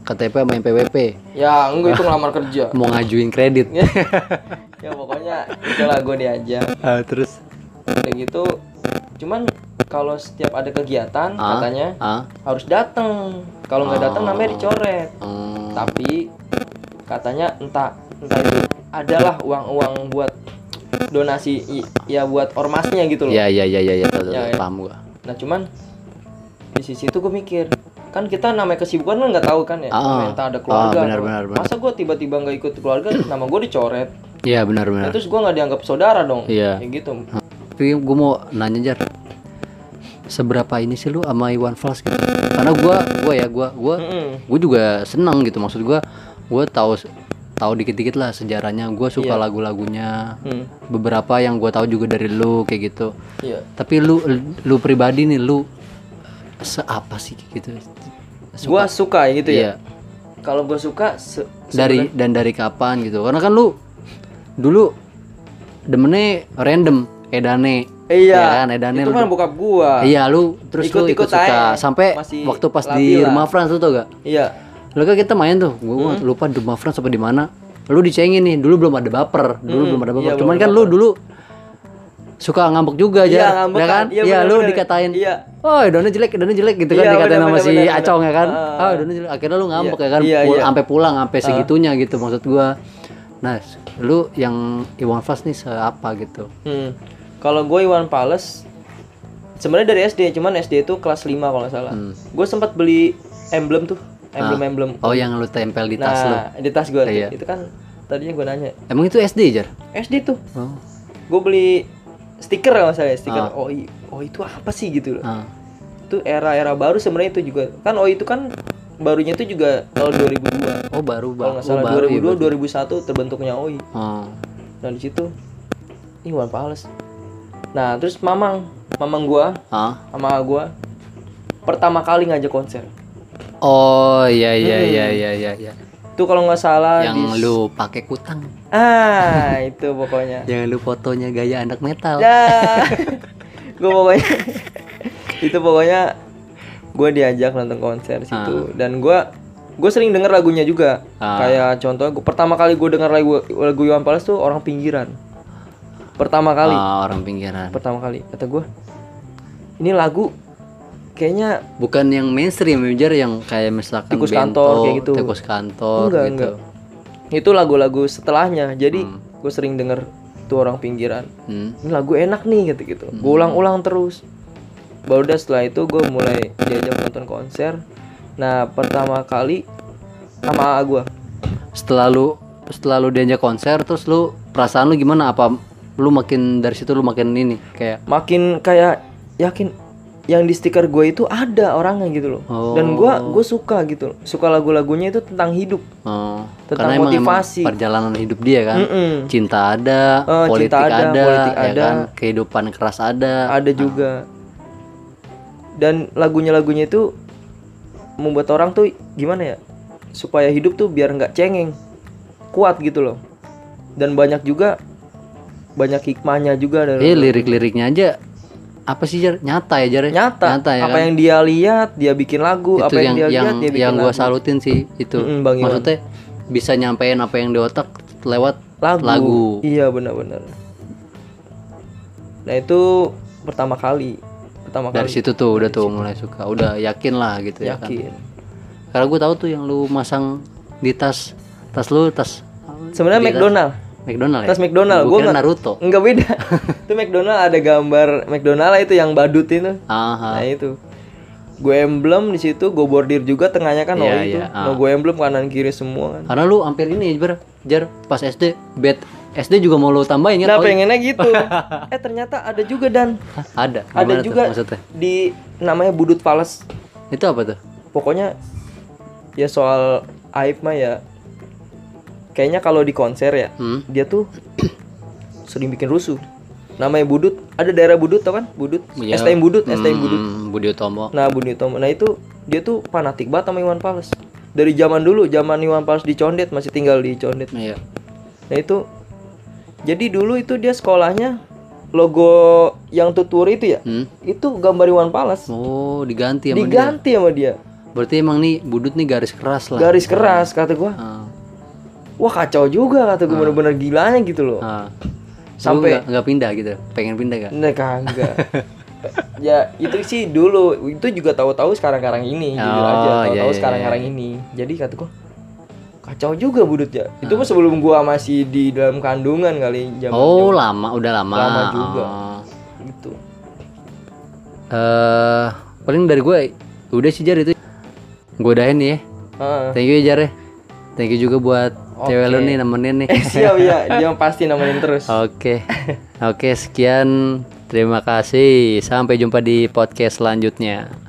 Speaker 1: KTP sama MPWP
Speaker 2: ya enggak itu ngelamar kerja
Speaker 1: mau ngajuin kredit
Speaker 2: ya pokoknya itulah gue diajak
Speaker 1: Ah, terus
Speaker 2: udah gitu cuman kalau setiap ada kegiatan
Speaker 1: Ah.
Speaker 2: katanya
Speaker 1: ah
Speaker 2: harus datang kalau nggak datang
Speaker 1: Oh.
Speaker 2: namanya dicoret
Speaker 1: hmm.
Speaker 2: tapi katanya entah entah itu adalah uang-uang buat donasi i- ya buat ormasnya gitu loh
Speaker 1: ya ya ya ya ya tahu, tahu,
Speaker 2: Ya,
Speaker 1: tahu.
Speaker 2: ya.
Speaker 1: paham gua
Speaker 2: nah cuman di sisi itu gue mikir kan kita namanya kesibukan kan nggak tahu kan ya
Speaker 1: Ah.
Speaker 2: entah ada keluarga
Speaker 1: Ah, benar,
Speaker 2: atau-
Speaker 1: benar, benar.
Speaker 2: masa gue tiba-tiba nggak ikut keluarga nama gue dicoret
Speaker 1: ya benar
Speaker 2: Nah,
Speaker 1: benar
Speaker 2: terus gue nggak dianggap saudara dong
Speaker 1: Iya.
Speaker 2: ya gitu
Speaker 1: Tapi gue mau nanya jar, seberapa ini sih lu sama Iwan Fals gitu? Karena gue, gue ya, gue, gue,
Speaker 2: Mm-mm.
Speaker 1: gue juga senang gitu. Maksud gue, gue tahu tahu dikit-dikit lah sejarahnya. Gue
Speaker 2: Iya.
Speaker 1: suka lagu-lagunya.
Speaker 2: Hmm.
Speaker 1: Beberapa yang gue tahu juga dari lu kayak gitu.
Speaker 2: iya
Speaker 1: Tapi lu, lu pribadi nih, lu seapa sih kayak gitu?
Speaker 2: gue suka ya gitu ya
Speaker 1: Iya.
Speaker 2: kalau gue suka se-
Speaker 1: Dari dan dari kapan gitu? Karena kan lu dulu demennya random, edane.
Speaker 2: Iya.
Speaker 1: Ya kan, edane
Speaker 2: itu
Speaker 1: lu
Speaker 2: kan bokap gua.
Speaker 1: Iya lu terus lu ikut
Speaker 2: Ikut-ikut
Speaker 1: suka
Speaker 2: aja.
Speaker 1: sampai
Speaker 2: Masih
Speaker 1: waktu pas di
Speaker 2: labil lah.
Speaker 1: rumah Frans lu tau gak?
Speaker 2: Iya.
Speaker 1: Lu kan kita main tuh, gua
Speaker 2: Hmm.
Speaker 1: lupa di rumah Frans apa di mana. Lu dicengin nih, dulu belum ada baper, dulu
Speaker 2: Hmm.
Speaker 1: belum ada
Speaker 2: Iya,
Speaker 1: baper. Cuman kan lu dulu suka ngambek juga aja,
Speaker 2: Iya, ngambek
Speaker 1: ya
Speaker 2: kan?
Speaker 1: kan?
Speaker 2: Iya,
Speaker 1: Iya, lu
Speaker 2: bener-bener.
Speaker 1: dikatain.
Speaker 2: Iya.
Speaker 1: Oh, Dona jelek, Dona jelek gitu kan
Speaker 2: Iya,
Speaker 1: dikatain sama
Speaker 2: bener-bener,
Speaker 1: si
Speaker 2: bener-bener.
Speaker 1: Acong ya kan.
Speaker 2: Ah.
Speaker 1: Oh, Dona jelek. Akhirnya lu ngambek
Speaker 2: Iya,
Speaker 1: ya kan,
Speaker 2: iya,
Speaker 1: Pul-
Speaker 2: iya.
Speaker 1: sampai pulang sampai segitunya gitu maksud gua. Nah, lu yang Iwan Fals nih seapa gitu?
Speaker 2: Hmm. Kalau gue Iwan Pales sebenarnya dari SD, cuman SD itu kelas 5 kalau nggak salah.
Speaker 1: Hmm.
Speaker 2: Gue sempat beli emblem tuh, emblem-emblem.
Speaker 1: Oh, yang lu tempel di tas lu.
Speaker 2: Nah, di tas gue
Speaker 1: Iya.
Speaker 2: itu kan tadinya gue nanya.
Speaker 1: Emang itu SD, Jar?
Speaker 2: SD tuh,
Speaker 1: Oh.
Speaker 2: gue beli stiker kalau nggak salah, ya, stiker OI. OI itu apa sih gitu loh.
Speaker 1: Ah.
Speaker 2: Itu era-era baru sebenarnya itu juga. Kan OI itu kan barunya itu juga tahun 2002.
Speaker 1: Oh baru
Speaker 2: Kalau
Speaker 1: bang.
Speaker 2: nggak
Speaker 1: Oh
Speaker 2: salah
Speaker 1: baru. ya,
Speaker 2: 2002
Speaker 1: berarti.
Speaker 2: 2001 terbentuknya OI.
Speaker 1: Oh.
Speaker 2: Nah di situ ini Iwan Fals. Nah terus Mamang, Mamang gua
Speaker 1: Hah?
Speaker 2: sama gua pertama kali ngajak konser.
Speaker 1: Oh iya iya
Speaker 2: Hmm.
Speaker 1: iya iya iya. iya.
Speaker 2: Itu kalau nggak salah
Speaker 1: Yang
Speaker 2: di-
Speaker 1: lu pakai kutang,
Speaker 2: ah itu pokoknya.
Speaker 1: yang lu fotonya gaya anak metal.
Speaker 2: Ya. gua pokoknya itu pokoknya gua diajak nonton konser situ dan gua gue sering denger lagunya juga
Speaker 1: Ah.
Speaker 2: kayak contohnya gua, pertama kali gue denger lagu lagu Iwan Fals tuh orang pinggiran pertama kali
Speaker 1: Ah, orang pinggiran.
Speaker 2: pertama kali kata gue ini lagu kayaknya
Speaker 1: Bukan yang mainstream, manajer yang kayak misalkan
Speaker 2: Tikus
Speaker 1: bento,
Speaker 2: kantor, kayak gitu.
Speaker 1: Tikus kantor
Speaker 2: enggak
Speaker 1: gitu.
Speaker 2: enggak itu lagu-lagu setelahnya jadi gue sering denger tuh orang pinggiran
Speaker 1: Hmm.
Speaker 2: ini lagu enak nih gitu gitu gue ulang-ulang terus baru udah setelah itu gue mulai diajak nonton konser nah pertama kali sama gue
Speaker 1: Setelah lu setelah lu diajak konser terus lu perasaan lu gimana apa lu makin dari situ lu makin ini kayak
Speaker 2: makin kayak yakin yang di stiker gue itu ada orangnya gitu loh dan gue gue suka gitu loh. suka lagu-lagunya itu tentang hidup
Speaker 1: eh,
Speaker 2: Tentang
Speaker 1: karena emang, emang
Speaker 2: motivasi.
Speaker 1: perjalanan hidup dia kan
Speaker 2: Mm-mm.
Speaker 1: cinta ada
Speaker 2: Eh,
Speaker 1: politik
Speaker 2: cinta ada,
Speaker 1: ada,
Speaker 2: politik
Speaker 1: ya
Speaker 2: ada.
Speaker 1: kan kehidupan keras ada
Speaker 2: Nah, ada juga dan lagunya-lagunya itu membuat orang tuh gimana ya supaya hidup tuh biar nggak cengeng kuat gitu loh dan banyak juga banyak hikmahnya juga dan
Speaker 1: eh lirik-liriknya aja apa sih jar nyata ya jar ya?
Speaker 2: nyata,
Speaker 1: nyata ya
Speaker 2: apa yang dia lihat dia bikin lagu
Speaker 1: itu
Speaker 2: apa
Speaker 1: yang
Speaker 2: yang, dia
Speaker 1: yang
Speaker 2: lihat dia bikin
Speaker 1: yang
Speaker 2: lagu
Speaker 1: gue salutin sih itu
Speaker 2: Mm-mm, Bang Iwan.
Speaker 1: maksudnya bisa nyampein apa yang di otak lewat
Speaker 2: lagu.
Speaker 1: lagu.
Speaker 2: Iya benar-benar. Nah itu pertama kali, pertama
Speaker 1: dari
Speaker 2: kali
Speaker 1: situ tuh udah tuh mulai suka udah yakin lah gitu ya kan
Speaker 2: yakin.
Speaker 1: karena gue tahu tuh yang lu masang di tas tas lu tas
Speaker 2: Sebenarnya McDonald,
Speaker 1: McDonald ya
Speaker 2: tas McDonald,
Speaker 1: Gua
Speaker 2: gue
Speaker 1: kira
Speaker 2: nggak
Speaker 1: Naruto
Speaker 2: nggak beda. itu McDonald ada gambar McDonald lah itu yang badut itu.
Speaker 1: aha
Speaker 2: Nah itu gue emblem di situ, gue bordir juga tengahnya kan
Speaker 1: Iya,
Speaker 2: oh itu,
Speaker 1: iya,
Speaker 2: no gue emblem kanan kiri semua kan.
Speaker 1: karena lu hampir ini ber jar pas SD bed SD juga mau lu tambahin kan
Speaker 2: Nah
Speaker 1: Oh,
Speaker 2: pengennya gitu. eh ternyata ada juga dan
Speaker 1: hah, ada
Speaker 2: ada
Speaker 1: Gimana tuh
Speaker 2: juga
Speaker 1: maksudnya
Speaker 2: di namanya Budut Palace
Speaker 1: itu apa tuh
Speaker 2: pokoknya ya soal Aib mah ya kayaknya kalau di konser ya
Speaker 1: Hmm.
Speaker 2: dia tuh sering bikin rusuh namanya Budut ada daerah Budut tau kan Budut
Speaker 1: Iya.
Speaker 2: STM Budut STM Budut
Speaker 1: Hmm, Budi Utomo
Speaker 2: nah Budi Utomo nah itu dia tuh fanatik banget sama Iwan Fals dari zaman dulu zaman Iwan Fals di Condet masih tinggal di Condet
Speaker 1: iya
Speaker 2: nah itu jadi dulu itu dia sekolahnya logo yang tutur itu ya
Speaker 1: Hmm.
Speaker 2: itu gambar Iwan Fals
Speaker 1: oh diganti sama dia
Speaker 2: diganti sama dia
Speaker 1: berarti emang nih budut nih garis keras lah
Speaker 2: garis keras kata gua
Speaker 1: Ah,
Speaker 2: wah kacau juga kata gue bener-bener gilanya gitu loh
Speaker 1: ah.
Speaker 2: Sampai-
Speaker 1: sampai nggak pindah gitu pengen pindah gak
Speaker 2: nah kagak ya itu sih dulu itu juga tahu-tahu sekarang-karang ini jujur
Speaker 1: Oh,
Speaker 2: aja
Speaker 1: iya,
Speaker 2: tahu-tahu
Speaker 1: iya,
Speaker 2: sekarang-karang ini jadi kata gue kacau juga budut ya itu mah sebelum gua masih di dalam kandungan kali jam
Speaker 1: oh lama udah lama
Speaker 2: Iya, Lama juga.
Speaker 1: Oh.
Speaker 2: gitu
Speaker 1: eh paling dari gue udah sih jar itu gue udahin nih ya
Speaker 2: Heeh.
Speaker 1: thank you ya jar ya thank you juga buat cewek lu nih nemenin nih
Speaker 2: eh siap ya dia pasti nemenin terus
Speaker 1: oke oke sekian terima kasih sampai jumpa di podcast selanjutnya